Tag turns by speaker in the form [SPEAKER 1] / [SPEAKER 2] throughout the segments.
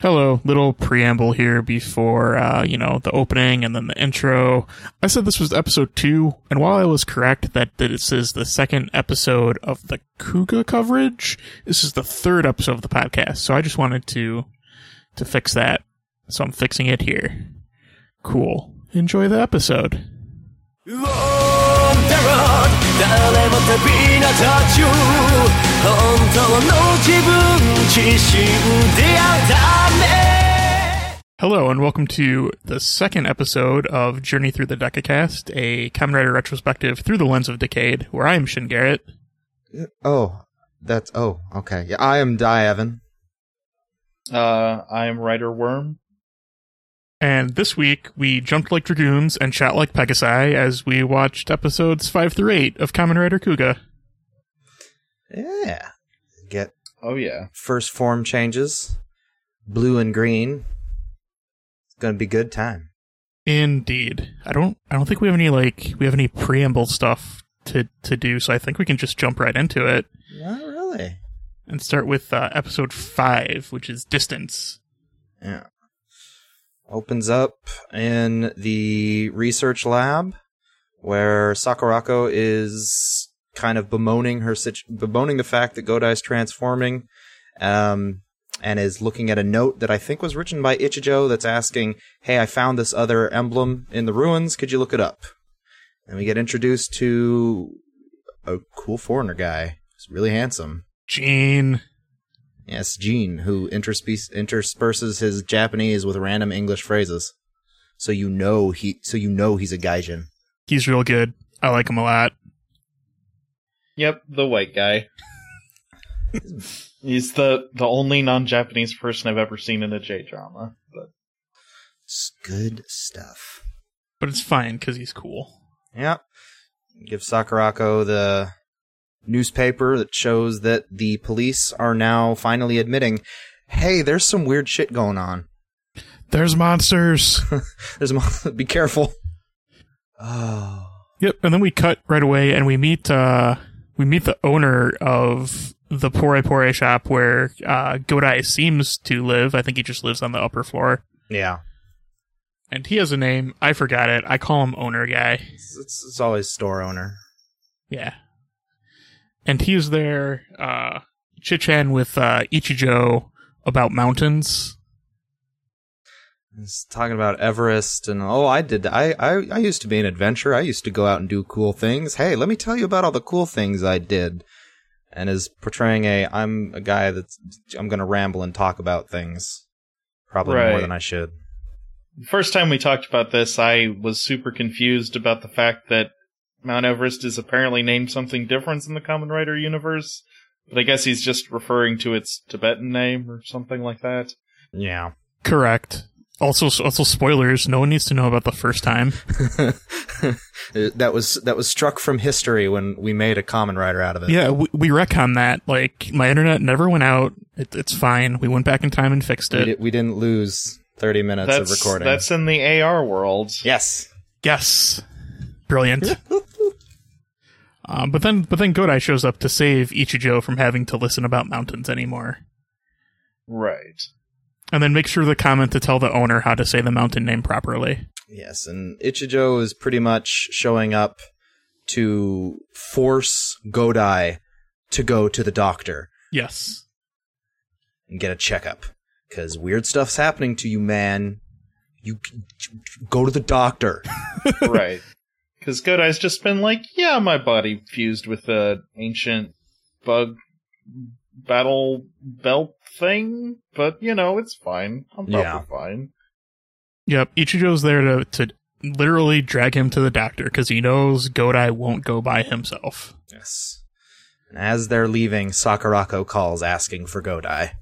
[SPEAKER 1] Hello, little preamble here before, uh, you know, the opening and then the intro. I said this was episode two, and while I was correct that this is the second episode of the Kuga coverage, this is the third episode of the podcast, so I just wanted to, to fix that. So I'm fixing it here. Cool. Enjoy the episode.
[SPEAKER 2] ウォンダロー誰も旅立たちゅう本当の自分自身であるため
[SPEAKER 1] Hello, and welcome to the second episode of Journey Through the Decacast, a Kamen Rider retrospective through the lens of Decade, where I am Shin Garrett.
[SPEAKER 3] Oh, that's oh, okay. Yeah, I am Di Evan.
[SPEAKER 4] Uh, I am Writer Worm.
[SPEAKER 1] And this week, we jumped like dragoons and shot like Pegasi as we watched episodes 5 through 8 of Kamen Rider Kuga.
[SPEAKER 3] Yeah. Get
[SPEAKER 4] Oh yeah,
[SPEAKER 3] first form changes, blue and green. It's gonna be good time.
[SPEAKER 1] Indeed. I don't I don't think we have any like we have any preamble stuff to to do, so I think we can just jump right into it
[SPEAKER 3] Not really.
[SPEAKER 1] and start with uh, episode 5, which is Distance.
[SPEAKER 3] Yeah. Opens up in the research lab where Sakurako is kind of bemoaning her situ- bemoaning the fact that Godai's transforming um and is looking at a note that I think was written by Ichijo that's asking, "Hey, I found this other emblem in the ruins. Could you look it up?" And we get introduced to a cool foreigner guy. He's really handsome.
[SPEAKER 1] Gene.
[SPEAKER 3] Yes, Gene, who interspe- intersperses his Japanese with random English phrases, so you know he, so you know he's a gaijin.
[SPEAKER 1] He's real good. I like him a lot.
[SPEAKER 4] yep, the white guy. He's the the only non-Japanese person I've ever seen in a J drama. But
[SPEAKER 3] It's good stuff.
[SPEAKER 1] But it's fine cuz he's cool.
[SPEAKER 3] Yep. Give Sakurako the newspaper that shows that the police are now finally admitting, "Hey, there's some weird shit going on.
[SPEAKER 1] There's monsters.
[SPEAKER 3] There's a, be careful." Oh,
[SPEAKER 1] Yep, and then we cut right away and we meet uh we meet the owner of the Pore Pore shop where uh Godai seems to live. I think he just lives on the upper floor.
[SPEAKER 3] yeah.
[SPEAKER 1] And he has a name. I forgot it. I call him owner guy.
[SPEAKER 3] It's, it's, it's always store owner.
[SPEAKER 1] Yeah. And he is there uh chit chatting with uh Ichijo about mountains.
[SPEAKER 3] He's talking about Everest and oh, I did. I, I I used to be an adventurer. I used to go out and do cool things. Hey, let me tell you about all the cool things I did. And is portraying a I'm a guy that's I'm gonna ramble and talk about things, probably more
[SPEAKER 4] Right.
[SPEAKER 3] than I should.
[SPEAKER 4] the first time we talked about this, I was super confused about the fact that Mount Everest is apparently named something different in the Common Rider universe. But I guess he's just referring to its Tibetan name or something like that.
[SPEAKER 3] Yeah.
[SPEAKER 1] Correct. Also also spoilers, no one needs to know about the first time.
[SPEAKER 3] Uh, that was that was struck from history when we made a common writer out of it.
[SPEAKER 1] Yeah, we, we wreck on that. Like my internet never went out. It, it's fine. We went back in time and fixed
[SPEAKER 3] We,
[SPEAKER 1] it.
[SPEAKER 3] di- we didn't lose thirty minutes
[SPEAKER 4] that's
[SPEAKER 3] of recording.
[SPEAKER 4] that's in the AR world.
[SPEAKER 3] yes.
[SPEAKER 1] Yes, brilliant. um, but then, but then Godai shows up to save Ichijo from having to listen about mountains anymore,
[SPEAKER 4] Right.
[SPEAKER 1] and then makes sure the comment to tell the owner how to say the mountain name properly.
[SPEAKER 3] Yes, and Ichijo is pretty much showing up to force Godai to go to the doctor
[SPEAKER 1] Yes,
[SPEAKER 3] and get a checkup. Because weird stuff's happening to you, man. You go to the doctor.
[SPEAKER 4] right. Because Godai's just been like, yeah, my body fused with the ancient bug battle belt thing, but you know, it's fine. I'm probably
[SPEAKER 3] Yeah.
[SPEAKER 4] fine.
[SPEAKER 1] yep. Ichijo's there to to literally drag him to the doctor because he knows Godai won't go by himself.
[SPEAKER 3] Yes. And as they're leaving, Sakurako calls asking for Godai.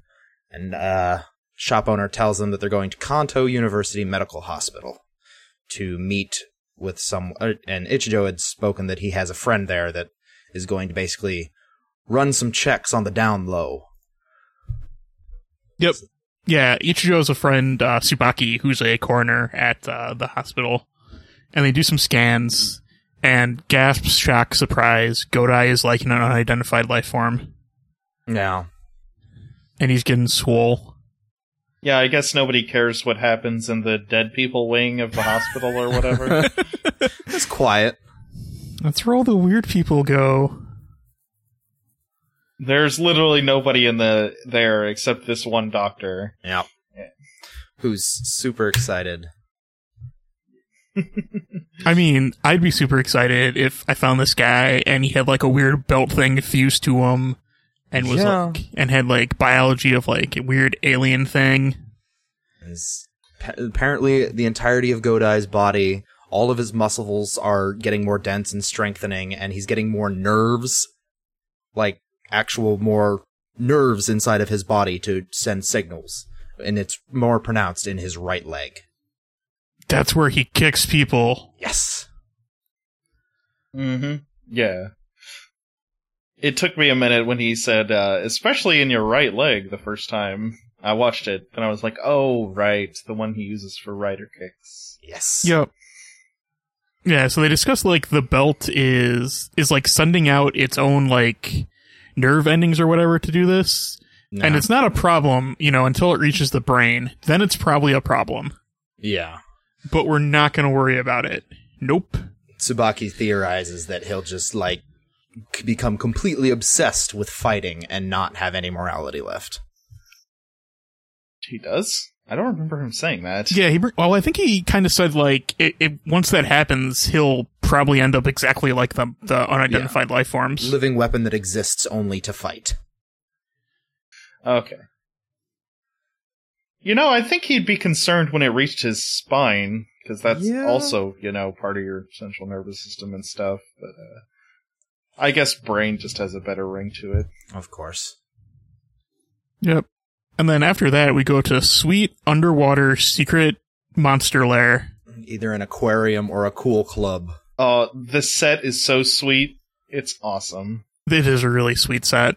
[SPEAKER 3] And uh shop owner tells them that they're going to Kanto University Medical Hospital to meet with some uh, and Ichijo had spoken that he has a friend there that is going to basically run some checks on the down low.
[SPEAKER 1] Yep. Yeah, Ichijo's a friend, uh, Tsubaki, who's a coroner at uh, the hospital, and they do some scans. And gasp, shock, surprise! Godai is like an unidentified life form,
[SPEAKER 3] Now,
[SPEAKER 1] and he's getting swole.
[SPEAKER 4] Yeah, I guess nobody cares what happens in the dead people wing of the hospital or whatever.
[SPEAKER 3] It's quiet.
[SPEAKER 1] That's where all the weird people go.
[SPEAKER 4] There's literally nobody in the there except this one doctor.
[SPEAKER 3] Yeah. Who's super excited.
[SPEAKER 1] I mean, I'd be super excited if I found this guy and he had like a weird belt thing fused to him and was
[SPEAKER 3] Yeah.
[SPEAKER 1] like and had like biology of like a weird alien thing.
[SPEAKER 3] His, pa- apparently, the entirety of Godai's body, all of his muscles are getting more dense and strengthening, and he's getting more nerves, like actual more nerves inside of his body to send signals. And it's more pronounced in his right leg.
[SPEAKER 1] That's where he kicks people.
[SPEAKER 3] Yes.
[SPEAKER 4] Mm-hmm. Yeah. It took me a minute when he said, uh, especially in your right leg the first time I watched it, and I was like, oh, right, the one he uses for rider kicks.
[SPEAKER 3] Yes.
[SPEAKER 1] Yep. Yeah, so they discuss like the belt is is like sending out its own like nerve endings or whatever to do this.
[SPEAKER 3] No.
[SPEAKER 1] And it's not a problem, you know, until it reaches the brain. Then it's probably a problem.
[SPEAKER 3] yeah.
[SPEAKER 1] But we're not going to worry about it. Nope.
[SPEAKER 3] Tsubaki theorizes that he'll just like c- become completely obsessed with fighting and not have any morality left.
[SPEAKER 4] He does? I don't remember him saying that.
[SPEAKER 1] Yeah, he. br- Well, I think he kind of said like it, it. Once that happens, he'll probably end up exactly like the the unidentified life forms.
[SPEAKER 3] Living weapon that exists only to fight.
[SPEAKER 4] Okay. You know, I think he'd be concerned when it reached his spine, because that's
[SPEAKER 3] Yeah.
[SPEAKER 4] also, you know, part of your central nervous system and stuff, but, uh, I guess brain just has a better ring to it.
[SPEAKER 3] Of course.
[SPEAKER 1] Yep. And then after that, we go to sweet underwater secret monster lair.
[SPEAKER 3] Either an aquarium or a cool club.
[SPEAKER 4] Uh, the set is so sweet. It's awesome.
[SPEAKER 1] It is a really sweet set.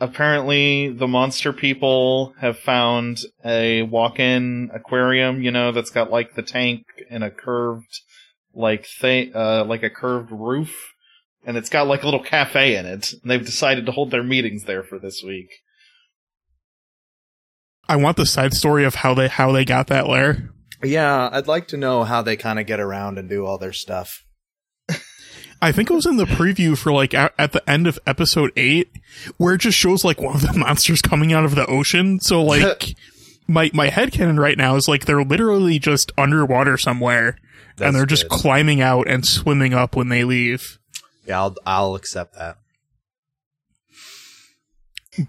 [SPEAKER 4] Apparently, the monster people have found a walk-in aquarium, you know, that's got like the tank and a curved, like, thing, uh, like a curved roof. And it's got like a little cafe in it. And they've decided to hold their meetings there for this week.
[SPEAKER 1] I want the side story of how they how they got that lair.
[SPEAKER 3] Yeah, I'd like to know how they kind of get around and do all their stuff.
[SPEAKER 1] I think it was in the preview for like at at the end of episode eight, where it just shows like one of the monsters coming out of the ocean. So like my my headcanon right now is like they're literally just underwater somewhere,
[SPEAKER 3] That's
[SPEAKER 1] and they're just
[SPEAKER 3] good.
[SPEAKER 1] climbing out and swimming up when they leave.
[SPEAKER 3] Yeah, I'll, I'll accept that.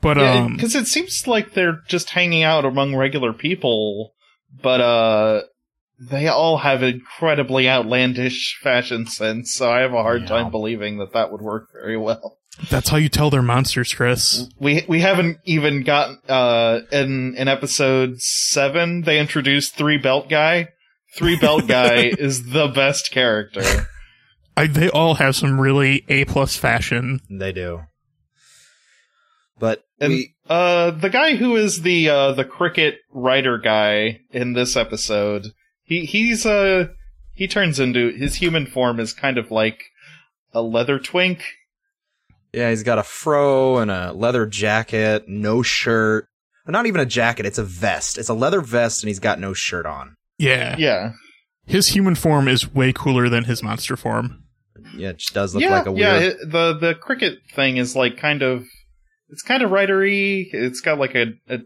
[SPEAKER 1] But um,
[SPEAKER 4] because it seems like they're just hanging out among regular people, but uh, they all have incredibly outlandish fashion sense. So I have a hard
[SPEAKER 3] Yeah.
[SPEAKER 4] time believing that that would work very well.
[SPEAKER 1] that's how you tell they're monsters, Chris.
[SPEAKER 4] We we haven't even gotten uh, in in episode seven. They introduced three belt guy. Three belt guy is the best character.
[SPEAKER 1] I, they all have some really a plus fashion.
[SPEAKER 3] They do. But
[SPEAKER 4] And
[SPEAKER 3] we,
[SPEAKER 4] uh, the guy who is the uh, the cricket writer guy in this episode, he he's uh he turns into his human form is kind of like a leather twink.
[SPEAKER 3] yeah, he's got a fro and a leather jacket, no shirt. Not even a jacket, it's a vest. It's a leather vest and he's got no shirt on.
[SPEAKER 1] Yeah.
[SPEAKER 4] Yeah,
[SPEAKER 1] his human form is way cooler than his monster form.
[SPEAKER 3] Yeah, it just does look
[SPEAKER 4] yeah,
[SPEAKER 3] like a
[SPEAKER 4] yeah.
[SPEAKER 3] weird.
[SPEAKER 4] it- the the cricket thing is like kind of it's kind of writery. It's got like a, a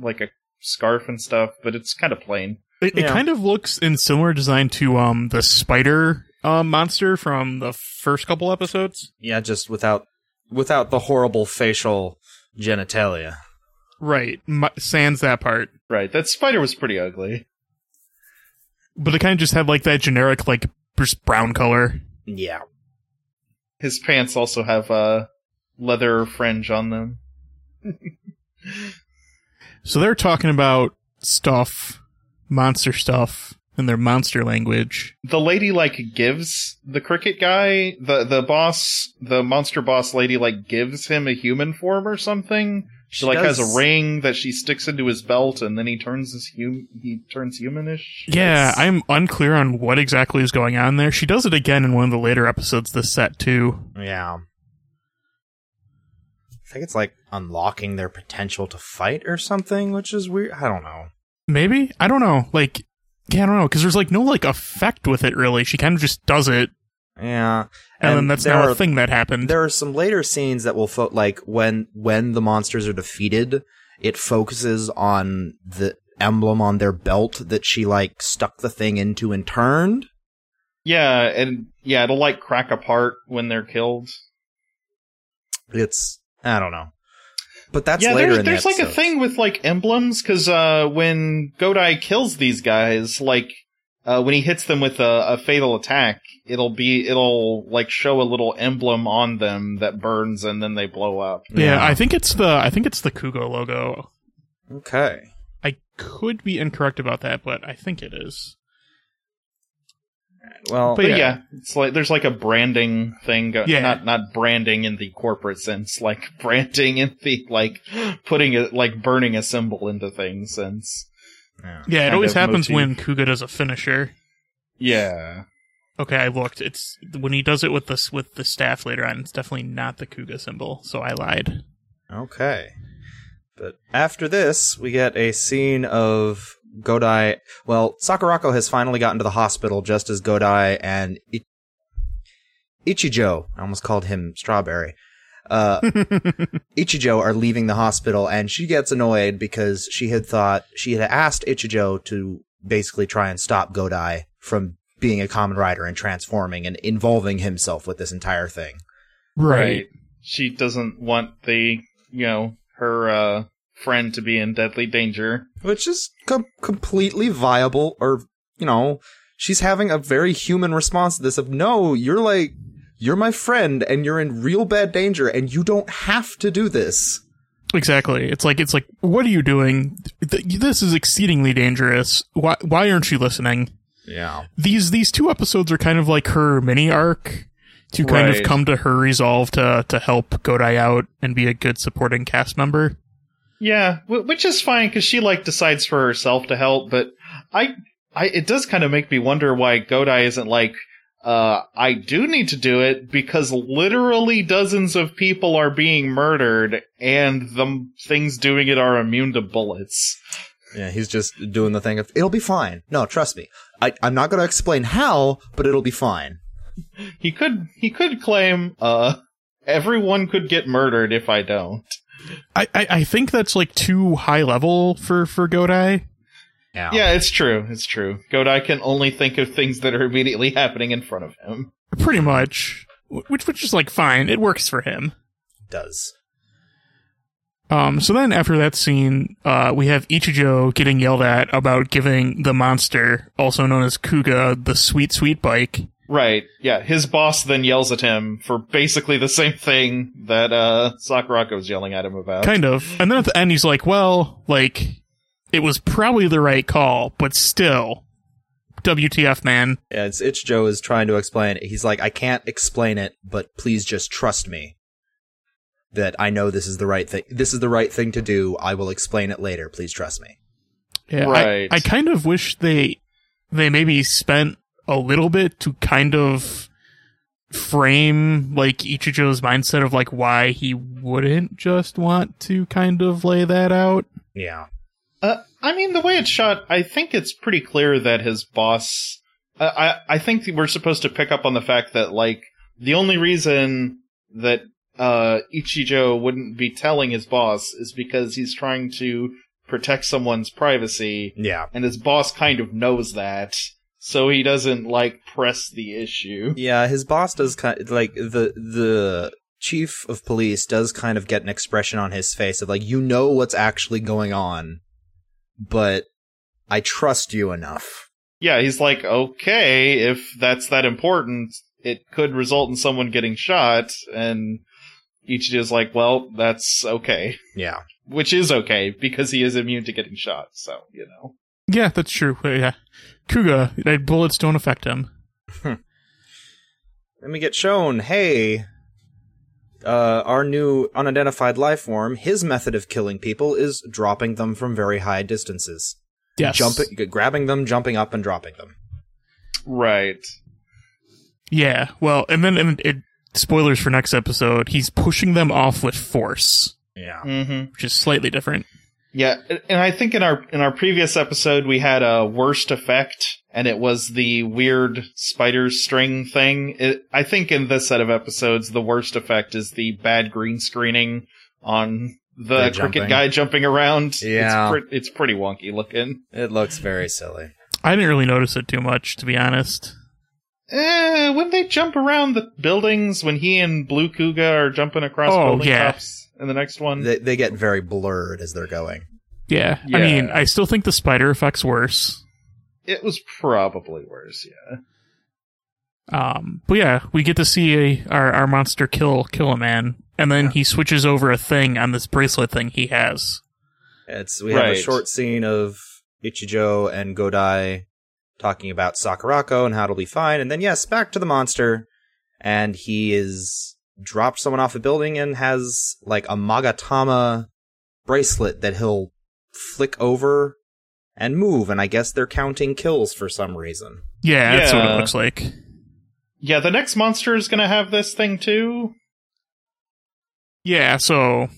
[SPEAKER 4] like a scarf and stuff, but it's kind of plain.
[SPEAKER 1] It, it
[SPEAKER 3] Yeah.
[SPEAKER 1] kind of looks in similar design to um the spider um monster from the first couple episodes.
[SPEAKER 3] yeah, just without without the horrible facial genitalia.
[SPEAKER 1] Right, M- sans that part,
[SPEAKER 4] Right, that spider was pretty ugly.
[SPEAKER 1] but it kind of just had like that generic like just brown color.
[SPEAKER 3] Yeah.
[SPEAKER 4] His pants also have uh, leather fringe on them.
[SPEAKER 1] So they're talking about stuff, monster stuff, in their monster language.
[SPEAKER 4] the lady like gives the cricket guy the the boss the monster boss lady like gives him a human form or something she, like has
[SPEAKER 3] does-
[SPEAKER 4] a ring that she sticks into his belt and then he turns his hum- he turns humanish
[SPEAKER 1] Yeah,
[SPEAKER 4] It's-
[SPEAKER 1] I'm unclear on what exactly is going on there. She does it again in one of the later episodes this set too.
[SPEAKER 3] Yeah. I think it's like unlocking their potential to fight or something, which is weird. I don't know.
[SPEAKER 1] Maybe I don't know. Like, yeah, I don't know because there's like no like effect with it really. She kind of just does it,
[SPEAKER 3] Yeah,
[SPEAKER 1] and, then that's
[SPEAKER 3] there
[SPEAKER 1] now
[SPEAKER 3] are-
[SPEAKER 1] a thing that happened.
[SPEAKER 3] There are some later scenes that will fo- like when when the monsters are defeated, it focuses on the emblem on their belt that she like stuck the thing into and turned.
[SPEAKER 4] Yeah, and yeah, it'll like crack apart when they're killed.
[SPEAKER 3] It's I don't know, but that's
[SPEAKER 4] yeah,
[SPEAKER 3] later
[SPEAKER 4] there's,
[SPEAKER 3] in
[SPEAKER 4] there's
[SPEAKER 3] the
[SPEAKER 4] like a
[SPEAKER 3] episode.
[SPEAKER 4] thing with like emblems because uh, when Godai kills these guys, like uh, when he hits them with a, a fatal attack, it'll be it'll like show a little emblem on them that burns and then they blow up.
[SPEAKER 1] yeah, I think it's the I think it's the Kugo logo.
[SPEAKER 3] okay.
[SPEAKER 1] I could be incorrect about that, but I think it is.
[SPEAKER 3] Well,
[SPEAKER 1] But
[SPEAKER 4] But
[SPEAKER 1] yeah.
[SPEAKER 4] yeah. it's like there's like a branding thing. Go-
[SPEAKER 1] Yeah.
[SPEAKER 4] not not branding in the corporate sense, like branding in the like putting it like burning a symbol into things sense.
[SPEAKER 3] yeah.
[SPEAKER 1] Yeah, it
[SPEAKER 4] Kind
[SPEAKER 1] always
[SPEAKER 4] of
[SPEAKER 1] happens
[SPEAKER 4] motif.
[SPEAKER 1] when Kuga does a finisher.
[SPEAKER 4] Yeah.
[SPEAKER 1] Okay, I looked. It's when he does it with this with the staff later on. It's definitely not the Kuga symbol, so I lied.
[SPEAKER 3] Okay. But after this, we get a scene of Godai. Well, Sakurako has finally gotten to the hospital just as Godai and I- Ichijo, I almost called him Strawberry, uh, Ichijo are leaving the hospital and she gets annoyed because she had thought, she had asked Ichijo to basically try and stop Godai from being a common rider and transforming and involving himself with this entire thing.
[SPEAKER 4] She doesn't want the you know her uh, friend to be in deadly danger.
[SPEAKER 3] which is com- completely viable or you know she's having a very human response to this of no you're like you're my friend and you're in real bad danger and you don't have to do this
[SPEAKER 1] Exactly. It's like it's like what are you doing? Th- This is exceedingly dangerous. Why why aren't you listening?
[SPEAKER 3] yeah
[SPEAKER 1] These these two episodes are kind of like her mini arc to kind of
[SPEAKER 4] Right.
[SPEAKER 1] come to her resolve to to help Godai out and be a good supporting cast member.
[SPEAKER 4] Yeah, wh- which is fine because she like decides for herself to help. But I, I, it does kind of make me wonder why Godai isn't like, uh, I do need to do it because literally dozens of people are being murdered and the m- things doing it are immune to bullets.
[SPEAKER 3] yeah he's just doing the thing of it'll be fine no trust me I, i'm not going to explain how but it'll be fine
[SPEAKER 4] He could, he could claim, uh, everyone could get murdered if I don't.
[SPEAKER 1] I, I, I think that's like too high level for for Godai.
[SPEAKER 4] Yeah, it's true. It's true. Godai can only think of things that are immediately happening in front of him.
[SPEAKER 1] Pretty much, Wh- which which is like fine. It works for him.
[SPEAKER 3] does
[SPEAKER 1] Um, so then after that scene, uh, we have Ichijo getting yelled at about giving the monster, also known as Kuga, the sweet, sweet bike.
[SPEAKER 4] Right. Yeah. His boss then yells at him for basically the same thing that uh Sakurako was yelling at him about.
[SPEAKER 1] Kind of. And then at the end, he's like, well, like, it was probably the right call, but still, WTF, man.
[SPEAKER 3] yeah, it's itch joe is trying to explain he's like i can't explain it but please just trust me that i know this is the right thing this is the right thing to do i will explain it later please trust me
[SPEAKER 1] Yeah, I-
[SPEAKER 4] Right.
[SPEAKER 1] I, kind of wish they they maybe spent a little bit to kind of frame like Ichijo's mindset of like why he wouldn't just want to kind of lay that out.
[SPEAKER 3] Yeah.
[SPEAKER 4] Uh, I mean, the way it's shot, I think it's pretty clear that his boss. I I, I think that we're supposed to pick up on the fact that like the only reason that uh, Ichijo wouldn't be telling his boss is because he's trying to protect someone's privacy,
[SPEAKER 3] Yeah.
[SPEAKER 4] and his boss kind of knows that, so he doesn't like press the issue.
[SPEAKER 3] Yeah, his boss does kind like the the chief of police does kind of get an expression on his face of like you know what's actually going on, but I trust you enough.
[SPEAKER 4] Yeah, he's like, okay, if that's that important, it could result in someone getting shot, and Ichijo's like, well, that's okay.
[SPEAKER 3] Yeah.
[SPEAKER 4] Which is okay, because he is immune to getting shot, so, you know.
[SPEAKER 1] Yeah, that's true. Uh, Yeah, Kuga, uh, bullets don't affect him.
[SPEAKER 3] Then we get shown, hey, uh, our new unidentified life form, his method of killing people is dropping them from very high distances.
[SPEAKER 1] Yes,
[SPEAKER 3] Jumping grabbing them, jumping up and dropping them.
[SPEAKER 4] Right.
[SPEAKER 1] Yeah, well, and then and it spoilers for next episode. He's pushing them off with force,
[SPEAKER 3] Yeah.
[SPEAKER 4] Mm-hmm.
[SPEAKER 1] which is slightly different.
[SPEAKER 4] Yeah, and I think in our in our previous episode we had a worst effect, and it was the weird spider string thing. It, I think in this set of episodes, the worst effect is the bad green screening on the
[SPEAKER 3] The
[SPEAKER 4] cricket
[SPEAKER 3] jumping.
[SPEAKER 4] guy jumping around.
[SPEAKER 3] Yeah.
[SPEAKER 4] it's, pre- it's pretty wonky looking.
[SPEAKER 3] It looks very silly.
[SPEAKER 1] I didn't really notice it too much, to be honest.
[SPEAKER 4] Eh, when they jump around the buildings, when he and Blue Kuga are jumping across
[SPEAKER 1] Oh,
[SPEAKER 4] building
[SPEAKER 1] yeah.
[SPEAKER 4] tops in the next one,
[SPEAKER 3] They, they get very blurred as they're going.
[SPEAKER 1] Yeah. I
[SPEAKER 4] Yeah.
[SPEAKER 1] mean, I still think the spider effect's worse.
[SPEAKER 4] it was probably worse. Yeah.
[SPEAKER 1] Um, but yeah, we get to see a, our our monster kill kill a man, and then he switches over a thing on this bracelet thing he has.
[SPEAKER 3] It's we have a
[SPEAKER 4] Right.
[SPEAKER 3] short scene of Ichijo and Godai talking about Sakurako and how it'll be fine, and then yes, back to the monster, and he is dropped someone off a building and has like a Magatama bracelet that he'll flick over and move, and I guess they're counting kills for some reason.
[SPEAKER 1] Yeah, that's what it
[SPEAKER 4] Yeah.
[SPEAKER 1] looks like.
[SPEAKER 4] Yeah, the next monster is going to have this thing too.
[SPEAKER 1] Yeah, so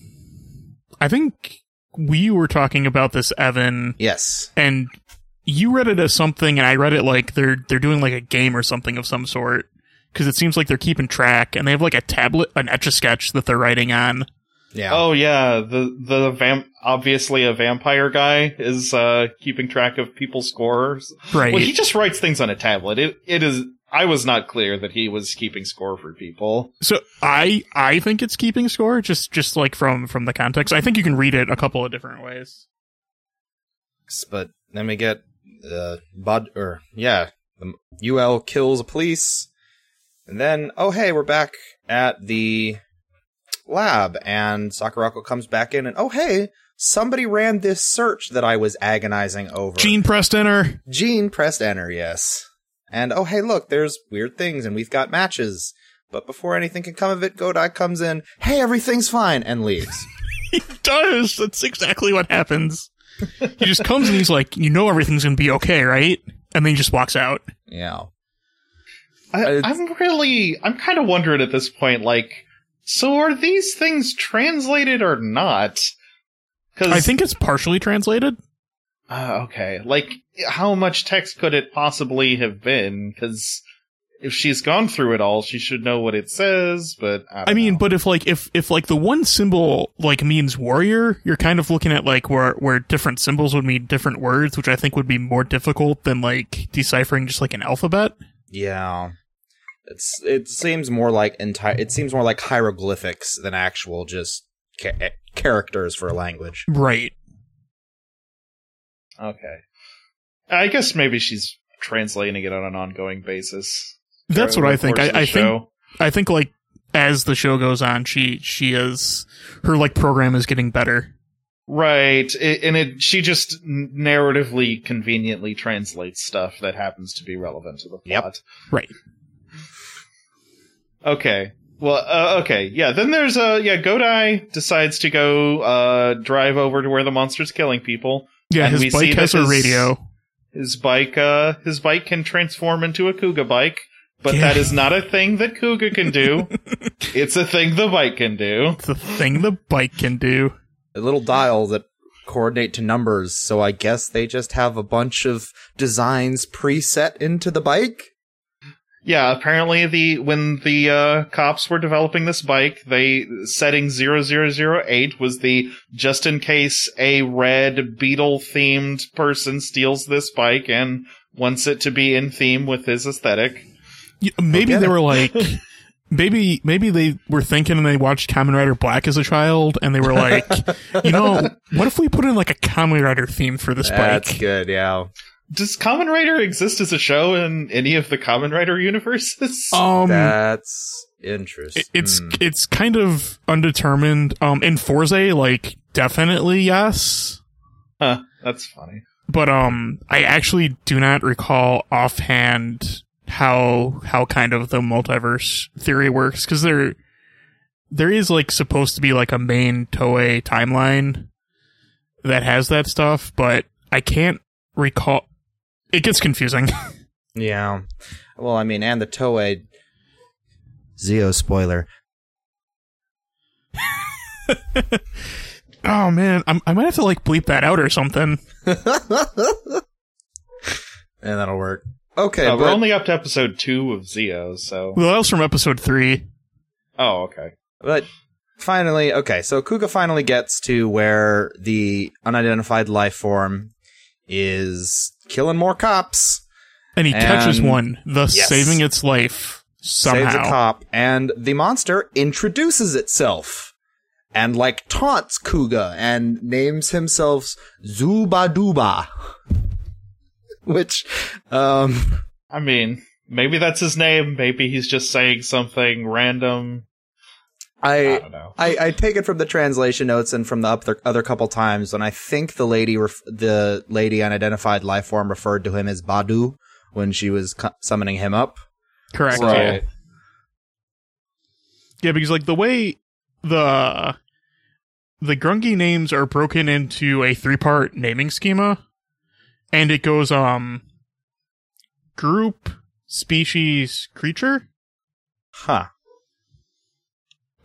[SPEAKER 1] I think we were talking about this, Evan,
[SPEAKER 3] Yes.
[SPEAKER 1] and you read it as something, and I read it like they're they're doing like a game or something of some sort because it seems like they're keeping track, and they have like a tablet, an etch a sketch that they're writing on.
[SPEAKER 3] Yeah.
[SPEAKER 4] Oh yeah, the the vamp obviously a vampire guy is uh keeping track of people's scores.
[SPEAKER 1] Right.
[SPEAKER 4] Well, he just writes things on a tablet. It it is I was not clear that he was keeping score for people.
[SPEAKER 1] So I I think it's keeping score just just like from from the context. I think you can read it a couple of different ways.
[SPEAKER 3] but then we get uh, Bud or yeah, the UL kills a police, and then oh hey, we're back at the lab, and Sakurako comes back in, and oh hey, somebody ran this search that I was agonizing over.
[SPEAKER 1] Gene pressed enter.
[SPEAKER 3] Gene pressed enter, yes, and oh hey, look, there's weird things, and we've got matches. But before anything can come of it, Godai comes in, hey, everything's fine, and leaves.
[SPEAKER 1] He does. That's exactly what happens. He just comes and he's like, you know, everything's gonna be okay, right? And then he just walks out.
[SPEAKER 3] yeah.
[SPEAKER 4] I,
[SPEAKER 3] It's-
[SPEAKER 4] I'm really I'm kind of wondering at this point like so are these things translated or not? Cuz
[SPEAKER 1] I think it's partially translated.
[SPEAKER 4] Uh, okay. Like, how much text could it possibly have been? Because if she's gone through it all, she should know what it says. But I, don't
[SPEAKER 1] I mean,
[SPEAKER 4] know.
[SPEAKER 1] but if like if if like the one symbol like means warrior, you're kind of looking at like where where different symbols would mean different words, which I think would be more difficult than like deciphering just like an alphabet.
[SPEAKER 3] Yeah. It's it seems more like entire it seems more like hieroglyphics than actual just ca- characters for a language.
[SPEAKER 1] Right.
[SPEAKER 4] okay. I guess maybe she's translating it on an ongoing basis.
[SPEAKER 1] That's
[SPEAKER 4] during
[SPEAKER 1] what I
[SPEAKER 4] the
[SPEAKER 1] think.
[SPEAKER 4] course of the
[SPEAKER 1] I, I think
[SPEAKER 4] show.
[SPEAKER 1] I think like as the show goes on, she she is her like program is getting better.
[SPEAKER 4] right, it, and it she just n- narratively conveniently translates stuff that happens to be relevant to the plot.
[SPEAKER 3] Yep.
[SPEAKER 1] Right.
[SPEAKER 4] Okay. Well, uh, okay, yeah. Then there's uh, yeah. Godai decides to go uh, drive over to where the monster's killing people.
[SPEAKER 1] Yeah,
[SPEAKER 4] And we
[SPEAKER 1] his
[SPEAKER 4] see
[SPEAKER 1] bike has
[SPEAKER 4] that
[SPEAKER 1] a
[SPEAKER 4] his-
[SPEAKER 1] radio.
[SPEAKER 4] His bike, uh, his bike can transform into a Kuga bike, but
[SPEAKER 1] Yeah.
[SPEAKER 4] that is not a thing that Kuga can do. it's a thing the bike can do.
[SPEAKER 1] It's the thing the bike can do.
[SPEAKER 3] A little dial that coordinate to numbers, so I guess they just have a bunch of designs preset into the bike.
[SPEAKER 4] Yeah, apparently the when the uh, cops were developing this bike, they setting 0008 was the just in case a red beetle themed person steals this bike and wants it to be in theme with his aesthetic.
[SPEAKER 1] Y- Maybe
[SPEAKER 3] Okay.
[SPEAKER 1] they were like maybe maybe they were thinking and they watched Kamen Rider Black as a child and they were like, you know, what if we put in like a Kamen Rider theme for this
[SPEAKER 3] That's
[SPEAKER 1] bike?
[SPEAKER 3] good, yeah.
[SPEAKER 4] Does Common Rider exist as a show in any of the Common Rider universes?
[SPEAKER 1] Um
[SPEAKER 3] That's hmm.
[SPEAKER 1] it-
[SPEAKER 3] interesting.
[SPEAKER 1] it's it's kind of undetermined. Um in Forze, like definitely yes.
[SPEAKER 4] Huh, that's funny.
[SPEAKER 1] but um I actually do not recall offhand how how kind of the multiverse theory works cuz there there is like supposed to be like a main Toei timeline that has that stuff, but I can't recall it gets confusing.
[SPEAKER 3] hmm, yeah. Well, I mean, and the Toei Zeo spoiler.
[SPEAKER 1] Oh man, I'm, I might have to like bleep that out or something.
[SPEAKER 3] and that'll work. Okay,
[SPEAKER 4] Uh,
[SPEAKER 3] but
[SPEAKER 4] we're only up to episode two of Zio, so
[SPEAKER 1] Well, that was from episode three.
[SPEAKER 4] oh okay.
[SPEAKER 3] But finally, okay, so Kuga finally gets to where the unidentified life form is killing more cops,
[SPEAKER 1] And he catches
[SPEAKER 3] And-
[SPEAKER 1] one, thus
[SPEAKER 3] Yes.
[SPEAKER 1] saving its life somehow.
[SPEAKER 3] saves a cop, and the monster introduces itself and like taunts Kuga and names himself Zubaduba. Which, um,
[SPEAKER 4] I mean, maybe that's his name. Maybe he's just saying something random. I
[SPEAKER 3] I,
[SPEAKER 4] don't know.
[SPEAKER 3] I, I take it from the translation notes and from the other, other couple times when I think the lady ref- the lady unidentified life form referred to him as Badu when she was cu- summoning him up.
[SPEAKER 1] Correct.
[SPEAKER 3] So-
[SPEAKER 1] Yeah. Yeah, because like the way the the grungy names are broken into a three part naming schema, and it goes um group, species, creature.
[SPEAKER 3] Huh.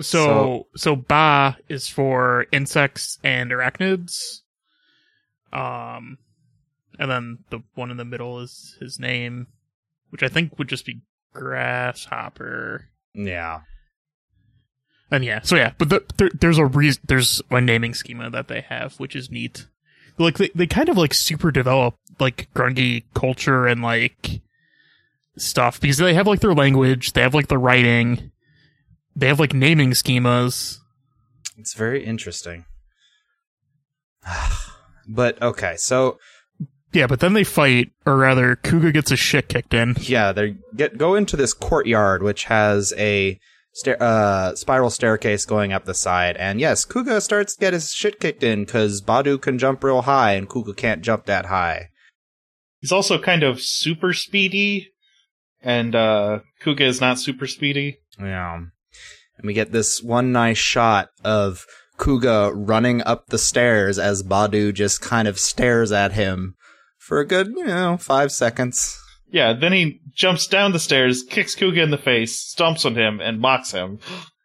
[SPEAKER 1] So so, ba is for insects and arachnids. Um and then the one in the middle is his name, which I think would just be grasshopper.
[SPEAKER 3] Yeah.
[SPEAKER 1] And yeah, so yeah, but the, there, there's a reason there's a naming schema that they have, which is neat. Like they, they kind of like super develop like grungy culture and like stuff because they have like their language, they have like the writing, they have like naming schemas.
[SPEAKER 3] It's very interesting. but okay, so
[SPEAKER 1] Yeah, but then they fight, or rather, Kuga gets his shit kicked in.
[SPEAKER 3] yeah, they get go into this courtyard which has a stair uh, spiral staircase going up the side, and yes, Kuga starts to get his shit kicked in because Badu can jump real high and Kuga can't jump that high.
[SPEAKER 4] He's also kind of super speedy, and uh, Kuga is not super speedy.
[SPEAKER 3] Yeah. And we get this one nice shot of Kuga running up the stairs as Badu just kind of stares at him for a good, you know, five seconds.
[SPEAKER 4] Yeah, then he jumps down the stairs, kicks Kuga in the face, stomps on him, and mocks him.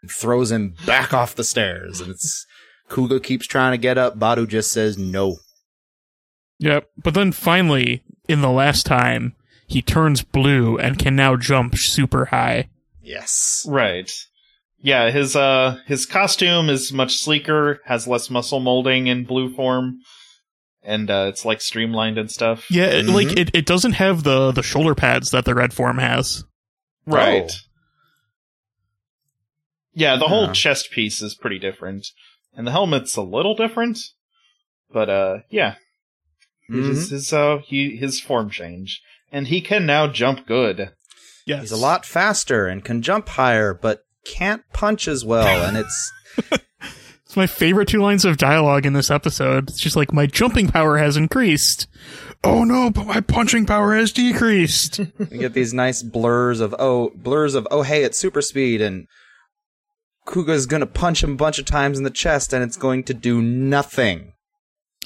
[SPEAKER 3] throws him back off the stairs. And it's Kuga keeps trying to get up. Badu just says no.
[SPEAKER 1] Yep. But then finally, in the last time, he turns blue and can now jump super high.
[SPEAKER 3] Yes.
[SPEAKER 4] Right. Yeah, his uh his costume is much sleeker, has less muscle molding in blue form, and uh, it's like streamlined and stuff.
[SPEAKER 1] Yeah, it-
[SPEAKER 3] Mhm.
[SPEAKER 1] like it, it doesn't have the the shoulder pads that the red form has.
[SPEAKER 4] Right.
[SPEAKER 3] Oh.
[SPEAKER 4] Yeah, the whole
[SPEAKER 3] Yeah.
[SPEAKER 4] chest piece is pretty different, and the helmet's a little different, but uh, yeah, it is his uh he his form change, and he can now jump good.
[SPEAKER 1] Yes.
[SPEAKER 3] He's a lot faster and can jump higher, but can't punch as well. And it's
[SPEAKER 1] It's my favorite two lines of dialogue in this episode. It's just like my jumping power has increased. Oh no, but my punching power has decreased.
[SPEAKER 3] we get these nice blurs of oh blurs of oh hey it's super speed and Kuga's gonna punch him a bunch of times in the chest and it's going to do nothing.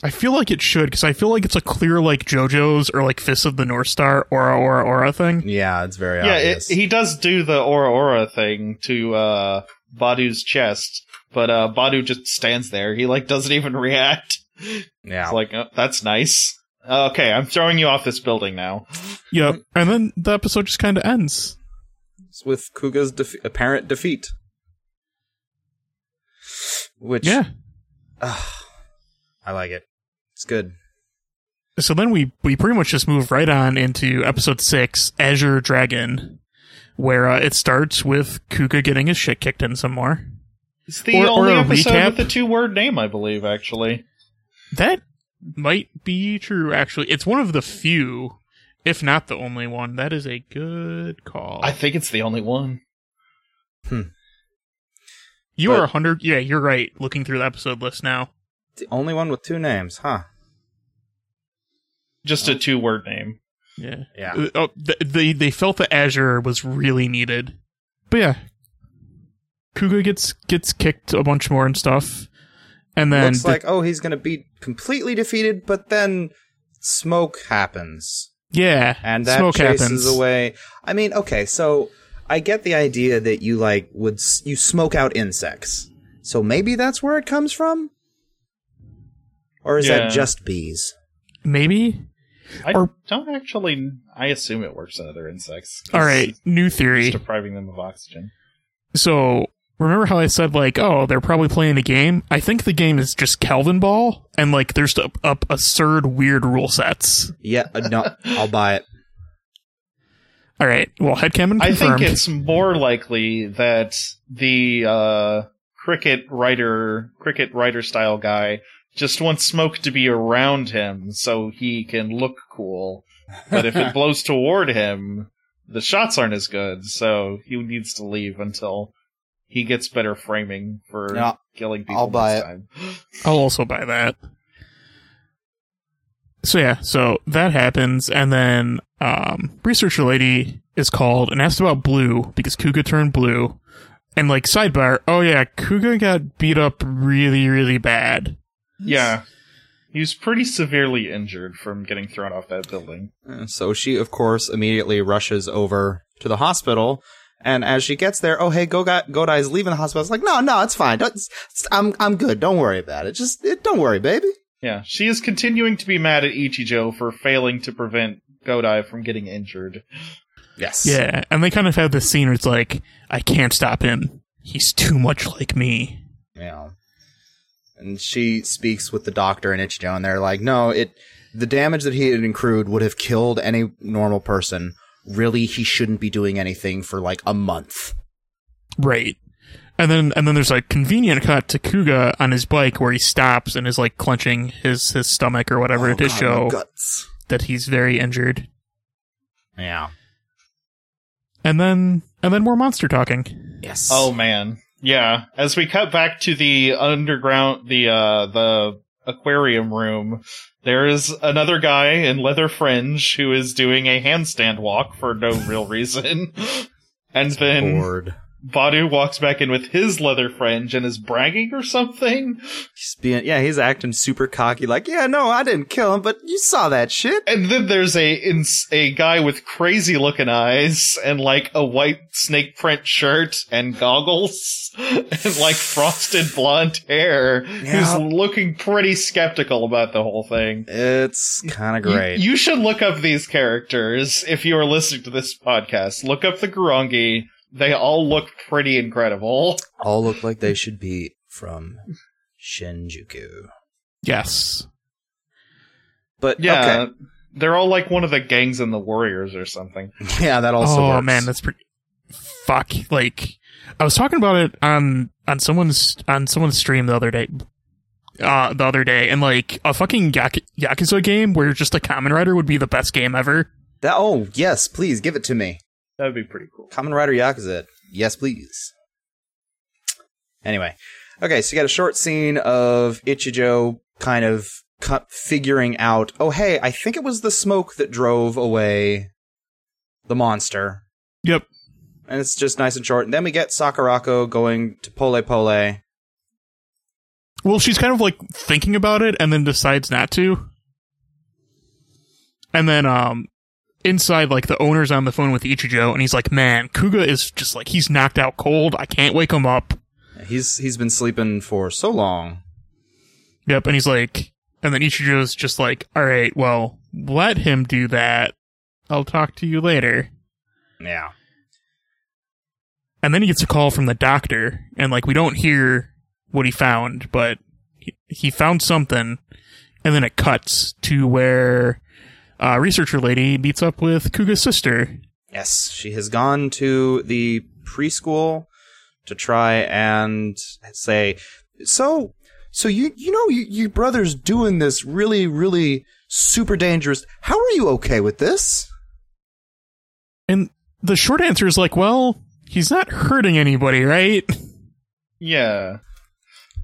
[SPEAKER 1] I feel like it should because I feel like it's a clear like JoJo's or like Fist of the North Star aura aura aura thing.
[SPEAKER 3] Yeah, it's very
[SPEAKER 4] yeah, it,
[SPEAKER 3] obvious.
[SPEAKER 4] he does do the aura aura thing to uh Badu's chest, but uh Badu just stands there. He like doesn't even react.
[SPEAKER 3] yeah.
[SPEAKER 4] It's like oh, that's nice. Uh, Okay, I'm throwing you off this building now.
[SPEAKER 1] Yep. And then the episode just kind of ends.
[SPEAKER 3] It's with Kuga's defe- apparent defeat. Which
[SPEAKER 1] Yeah.
[SPEAKER 3] I like it. It's good.
[SPEAKER 1] So then we we pretty much just move right on into episode six, Azure Dragon, where uh, it starts with Kuga getting his shit kicked in some more.
[SPEAKER 4] It's the
[SPEAKER 1] Or- or
[SPEAKER 4] only
[SPEAKER 1] a
[SPEAKER 4] episode
[SPEAKER 1] recap.
[SPEAKER 4] with the two word name, I believe, actually.
[SPEAKER 1] That might be true. Actually, it's one of the few, if not the only one. That is a good call.
[SPEAKER 4] I think it's the only one.
[SPEAKER 1] you
[SPEAKER 3] but-
[SPEAKER 1] are a hundred. Yeah, you're right. Looking through the episode list now.
[SPEAKER 3] The only one with two names, huh?
[SPEAKER 4] Just a two word name.
[SPEAKER 1] Yeah.
[SPEAKER 3] Yeah.
[SPEAKER 1] Uh, Oh, th- they they felt that Azure was really needed. But yeah, Kuga gets gets kicked a bunch more and stuff, and then
[SPEAKER 3] Looks
[SPEAKER 1] the-
[SPEAKER 3] like oh he's gonna be completely defeated, but then smoke happens,
[SPEAKER 1] yeah,
[SPEAKER 3] and that
[SPEAKER 1] smoke
[SPEAKER 3] chases
[SPEAKER 1] happens.
[SPEAKER 3] away. I mean, okay, so I get the idea that you like would s- you smoke out insects, so maybe that's where it comes from. Or is
[SPEAKER 4] Yeah.
[SPEAKER 3] that just bees?
[SPEAKER 1] Maybe.
[SPEAKER 4] I
[SPEAKER 1] Or-
[SPEAKER 4] don't actually. I assume it works on other insects. 'cause
[SPEAKER 1] All right, new
[SPEAKER 4] It's
[SPEAKER 1] theory.
[SPEAKER 4] depriving them of oxygen.
[SPEAKER 1] So remember how I said like, oh, they're probably playing a game. I think the game is just Calvin Ball, and like there's up, up absurd weird rule sets.
[SPEAKER 3] Yeah, uh, no, I'll buy it.
[SPEAKER 1] All right, well, headcanon confirmed.
[SPEAKER 4] I think it's more likely that the uh, cricket writer, cricket writer style guy, just wants smoke to be around him so he can look cool. But if it blows toward him, the shots aren't as good, so he needs to leave until he gets better framing for
[SPEAKER 3] Yeah,
[SPEAKER 4] killing people.
[SPEAKER 3] I'll buy
[SPEAKER 4] next
[SPEAKER 3] it.
[SPEAKER 4] time.
[SPEAKER 1] I'll also buy that. So yeah, so that happens, and then um, researcher lady is called and asked about blue because Kuga turned blue, and like sidebar, oh yeah, Kuga got beat up really really bad.
[SPEAKER 4] Yeah. He was pretty severely injured from getting thrown off that building.
[SPEAKER 3] Uh, So she, of course, immediately rushes over to the hospital. And as she gets there, oh hey, Goga- Godai's leaving the hospital. It's like, no, no, it's fine. Don't, it's- it's- I'm, I'm good. Don't worry about it. Just eh, don't worry, baby.
[SPEAKER 4] Yeah, she is continuing to be mad at Ichijo for failing to prevent Godai from getting injured.
[SPEAKER 3] Yes.
[SPEAKER 1] Yeah, and they kind of have this scene where it's like, I can't stop him. He's too much like me.
[SPEAKER 3] Yeah. And she speaks with the doctor and Ichijo, and they're like, no, it, the damage that he had accrued would have killed any normal person. Really, he shouldn't be doing anything for like a month.
[SPEAKER 1] Right. And then and then there's a convenient cut to Kuga on his bike where he stops and is like clenching his, his stomach or whatever
[SPEAKER 3] Oh,
[SPEAKER 1] to
[SPEAKER 3] God, my
[SPEAKER 1] show
[SPEAKER 3] guts.
[SPEAKER 1] that he's very injured.
[SPEAKER 3] Yeah.
[SPEAKER 1] And then and then more monster talking.
[SPEAKER 3] Yes.
[SPEAKER 4] Oh man. Yeah, as we cut back to the underground the uh the aquarium room, there is another guy in leather fringe who is doing a handstand walk for no real reason. and then
[SPEAKER 3] Bored.
[SPEAKER 4] Badu walks back in with his leather fringe and is bragging or something.
[SPEAKER 3] He's being, yeah, he's acting super cocky, like, yeah, no, I didn't kill him, but you saw that shit.
[SPEAKER 4] And then there's a ins- a guy with crazy looking eyes and like a white snake print shirt and goggles and like frosted blonde hair
[SPEAKER 3] Yeah.
[SPEAKER 4] who's looking pretty skeptical about the whole thing.
[SPEAKER 3] It's kind of
[SPEAKER 4] You-
[SPEAKER 3] great.
[SPEAKER 4] You, should look up these characters if you are listening to this podcast. Look up the Gurongi. They all look pretty incredible.
[SPEAKER 3] All look like they should be from Shinjuku.
[SPEAKER 1] Yes.
[SPEAKER 3] But
[SPEAKER 4] Yeah. They're all like one of the gangs in the Warriors or something.
[SPEAKER 3] okay. yeah, that also.
[SPEAKER 1] oh
[SPEAKER 3] works.
[SPEAKER 1] man, that's pretty fuck. Like I was talking about it on on someone's on someone's stream the other day. Uh, the other day, and like a fucking Yak- Yakuza game where just a common Rider would be the best game ever.
[SPEAKER 3] That oh yes, please give it to me.
[SPEAKER 4] That would be pretty cool.
[SPEAKER 3] Common Rider Yakuza. Yes, please. Anyway, okay, so you got a short scene of Ichijo kind of cu- figuring out. Oh hey, I think it was the smoke that drove away the monster,
[SPEAKER 1] Yep.
[SPEAKER 3] and it's just nice and short. And then we get Sakurako going to Pole Pole.
[SPEAKER 1] Well, she's kind of like thinking about it and then decides not to. And then um inside like the owner's on the phone with Ichijo and he's like, "Man, Kuga is just like he's knocked out cold. I can't wake him up."
[SPEAKER 3] He's he's been sleeping for so long.
[SPEAKER 1] Yep, and he's like and then Ichijo's just like, "All right, well, let him do that. I'll talk to you later."
[SPEAKER 3] Yeah.
[SPEAKER 1] And then he gets a call from the doctor, and like we don't hear what he found, but he, he found something. And then it cuts to where uh, researcher lady meets up with Kuga's sister.
[SPEAKER 3] Yes, she has gone to the preschool to try and say, so, so you, you know, you, your brother's doing this really, really super dangerous. How are you okay with this?
[SPEAKER 1] And the short answer is like, well, he's not hurting anybody, right?
[SPEAKER 4] Yeah.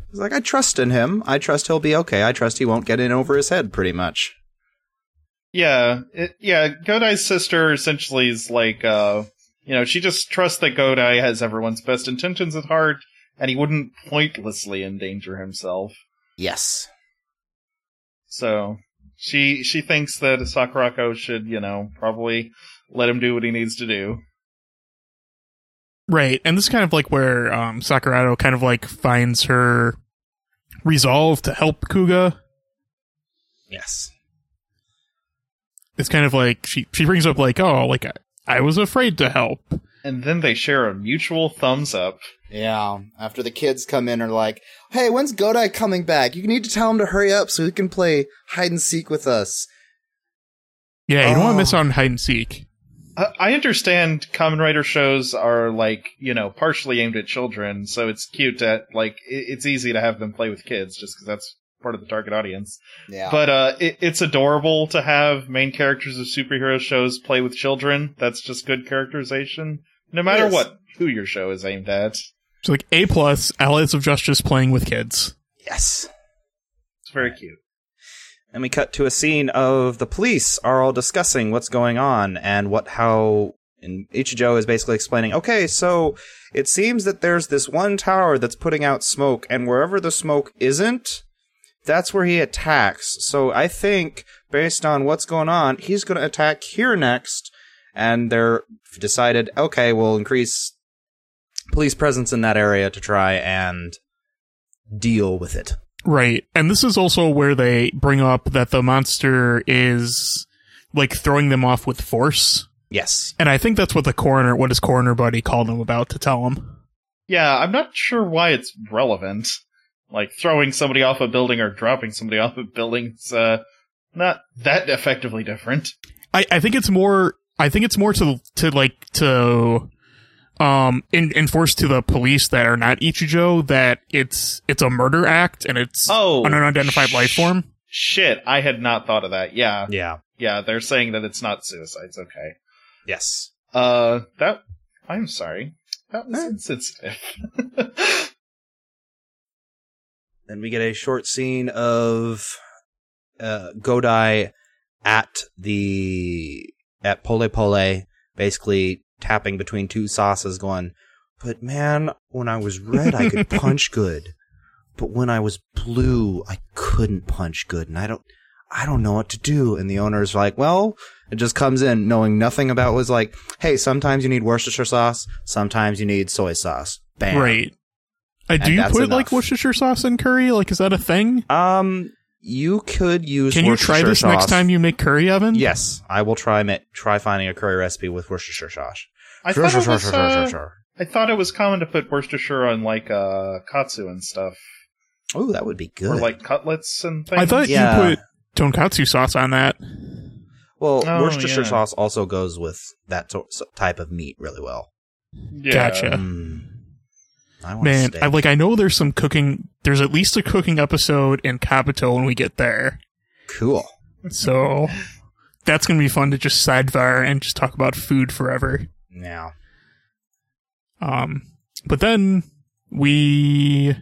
[SPEAKER 3] He's like, I trust in him. I trust he'll be okay. I trust he won't get in over his head, pretty much.
[SPEAKER 4] Yeah, it, yeah. Godai's sister essentially is like, uh, you know, she just trusts that Godai has everyone's best intentions at heart, and he wouldn't pointlessly endanger himself.
[SPEAKER 3] Yes.
[SPEAKER 4] So she she thinks that Sakurako should, you know, probably let him do what he needs to do.
[SPEAKER 1] Right. And this is kind of like where um, Sakurado kind of like finds her resolve to help Kuga
[SPEAKER 3] Yes.
[SPEAKER 1] It's kind of like she she brings up like, oh, like I, I was afraid to help.
[SPEAKER 4] And then they share a mutual thumbs up.
[SPEAKER 5] Yeah. After the kids come in, are like, "Hey, when's Godai coming back? You need to tell him to hurry up so he can play hide and seek with us."
[SPEAKER 1] Yeah, you don't want
[SPEAKER 5] Oh.
[SPEAKER 1] to miss out on hide and seek.
[SPEAKER 4] I- I understand common writer shows are like, you know, partially aimed at children, so it's cute that like i- it's easy to have them play with kids just cuz that's part of the target audience.
[SPEAKER 5] Yeah.
[SPEAKER 4] But uh it, it's adorable to have main characters of superhero shows play with children. That's just good characterization no matter
[SPEAKER 5] Yes.
[SPEAKER 4] what who your show is aimed at.
[SPEAKER 1] So like A plus Allies of Justice playing with kids.
[SPEAKER 3] Yes.
[SPEAKER 4] It's very cute.
[SPEAKER 3] And we cut to a scene of the police are all discussing what's going on and what how and Ichijo is basically explaining, okay, so it seems that there's this one tower that's putting out smoke, and wherever the smoke isn't, that's where he attacks. So I think based on what's going on, he's gonna attack here next. And they're decided, okay, we'll increase police presence in that area to try and deal with it.
[SPEAKER 1] Right. And this is also where they bring up that the monster is like throwing them off with force.
[SPEAKER 3] Yes.
[SPEAKER 1] And I think that's what the coroner what his coroner buddy called him about to tell him.
[SPEAKER 4] Yeah, I'm not sure why it's relevant. Like throwing somebody off a building or dropping somebody off a building's uh not that effectively different.
[SPEAKER 1] I, I think it's more I think it's more to to like to um in, enforce to the police that are not Ichijo that it's it's a murder act and it's
[SPEAKER 4] Oh,
[SPEAKER 1] an unidentified
[SPEAKER 4] sh-
[SPEAKER 1] life form.
[SPEAKER 4] Shit, I had not thought of that. Yeah,
[SPEAKER 3] Yeah.
[SPEAKER 4] yeah, they're saying that it's not suicides. Okay.
[SPEAKER 3] Yes.
[SPEAKER 4] Uh, that. I'm sorry. That was
[SPEAKER 3] Eh.
[SPEAKER 4] insensitive.
[SPEAKER 3] Then we get a short scene of uh, Godai at the at Pole Pole, basically tapping between two sauces, going, "But man, when I was red, I could punch good, but when I was blue, I couldn't punch good, and I don't." I don't know what to do. And the owner's like, well, it just comes in knowing nothing about was like, hey, sometimes you need Worcestershire sauce, sometimes you need soy sauce. Bam.
[SPEAKER 1] Right. Uh, do
[SPEAKER 3] And
[SPEAKER 1] you
[SPEAKER 3] that's
[SPEAKER 1] put
[SPEAKER 3] enough.
[SPEAKER 1] like Worcestershire sauce in curry? Like is that a thing?
[SPEAKER 3] Um, you could use.
[SPEAKER 1] Can you try
[SPEAKER 3] Worcestershire
[SPEAKER 1] this next
[SPEAKER 3] sauce.
[SPEAKER 1] time you make curry, Evan?
[SPEAKER 3] Yes, I will try ma- try finding a curry recipe with Worcestershire sauce.
[SPEAKER 4] I
[SPEAKER 3] Sure,
[SPEAKER 4] thought
[SPEAKER 3] sure,
[SPEAKER 4] it
[SPEAKER 3] sure,
[SPEAKER 4] was.
[SPEAKER 3] sure, sure,
[SPEAKER 4] uh,
[SPEAKER 3] sure,
[SPEAKER 4] I thought it was common to put Worcestershire on like uh katsu and stuff,
[SPEAKER 3] sure. Ooh, that would be good.
[SPEAKER 4] or like cutlets and things.
[SPEAKER 1] I thought
[SPEAKER 3] Yeah.
[SPEAKER 1] you put tonkatsu sauce on that.
[SPEAKER 3] well,
[SPEAKER 4] Oh,
[SPEAKER 3] Worcestershire
[SPEAKER 4] yeah.
[SPEAKER 3] sauce also goes with that to- s- type of meat really well.
[SPEAKER 4] Yeah.
[SPEAKER 1] Gotcha.
[SPEAKER 3] Mm. I want
[SPEAKER 1] Man,
[SPEAKER 3] steak.
[SPEAKER 1] I like I know there's some cooking there's at least a cooking episode in Kabuto when we get there.
[SPEAKER 3] cool.
[SPEAKER 1] So that's gonna be fun to just sidebar and just talk about food forever.
[SPEAKER 3] Yeah,
[SPEAKER 1] Um, but then we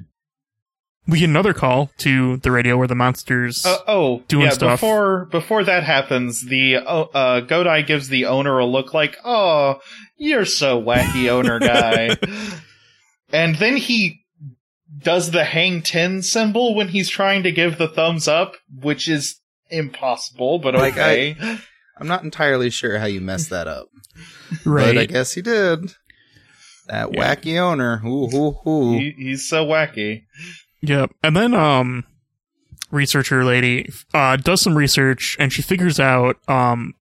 [SPEAKER 1] we get another call to the radio where the monsters.
[SPEAKER 4] Uh, oh,
[SPEAKER 1] Doing
[SPEAKER 4] yeah.
[SPEAKER 1] stuff.
[SPEAKER 4] Before before that happens, the oh, uh, Godai gives the owner a look like, "Oh, you're so wacky, owner guy," and then he does the hang ten symbol when he's trying to give the thumbs up, which is impossible, but
[SPEAKER 3] Like,
[SPEAKER 4] okay.
[SPEAKER 5] I'm not entirely sure how you messed that up,
[SPEAKER 1] right.
[SPEAKER 5] but I guess he did. That
[SPEAKER 1] Yeah.
[SPEAKER 5] wacky owner. Ooh, ooh, ooh.
[SPEAKER 4] he, he's so wacky.
[SPEAKER 1] Yep. And then um researcher lady uh does some research and she figures out um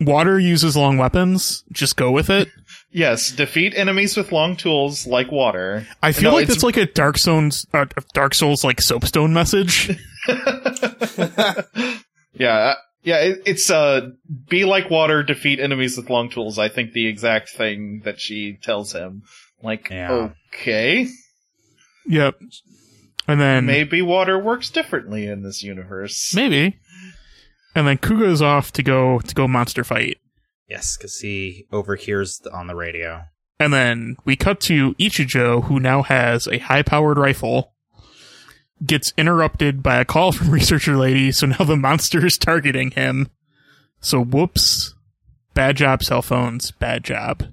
[SPEAKER 1] water uses long weapons, just go with it.
[SPEAKER 4] Yes, defeat enemies with long tools like water.
[SPEAKER 1] I feel
[SPEAKER 4] No,
[SPEAKER 1] like
[SPEAKER 4] it's-
[SPEAKER 1] that's like a Dark Souls uh, Dark Souls like soapstone message.
[SPEAKER 4] yeah, uh, yeah. It, it's uh, be like water, defeat enemies with long tools. I think the exact thing that she tells him. Like,
[SPEAKER 3] Yeah.
[SPEAKER 4] okay,
[SPEAKER 1] yep. And then
[SPEAKER 4] maybe water works differently in this universe.
[SPEAKER 1] maybe. And then Kuga's off to go to go monster fight.
[SPEAKER 3] yes, because he overhears th- on the radio.
[SPEAKER 1] And then we cut to Ichijo, who now has a high powered rifle, gets interrupted by a call from Researcher Lady, so now the monster is targeting him. So, whoops. Bad job, cell phones. Bad job.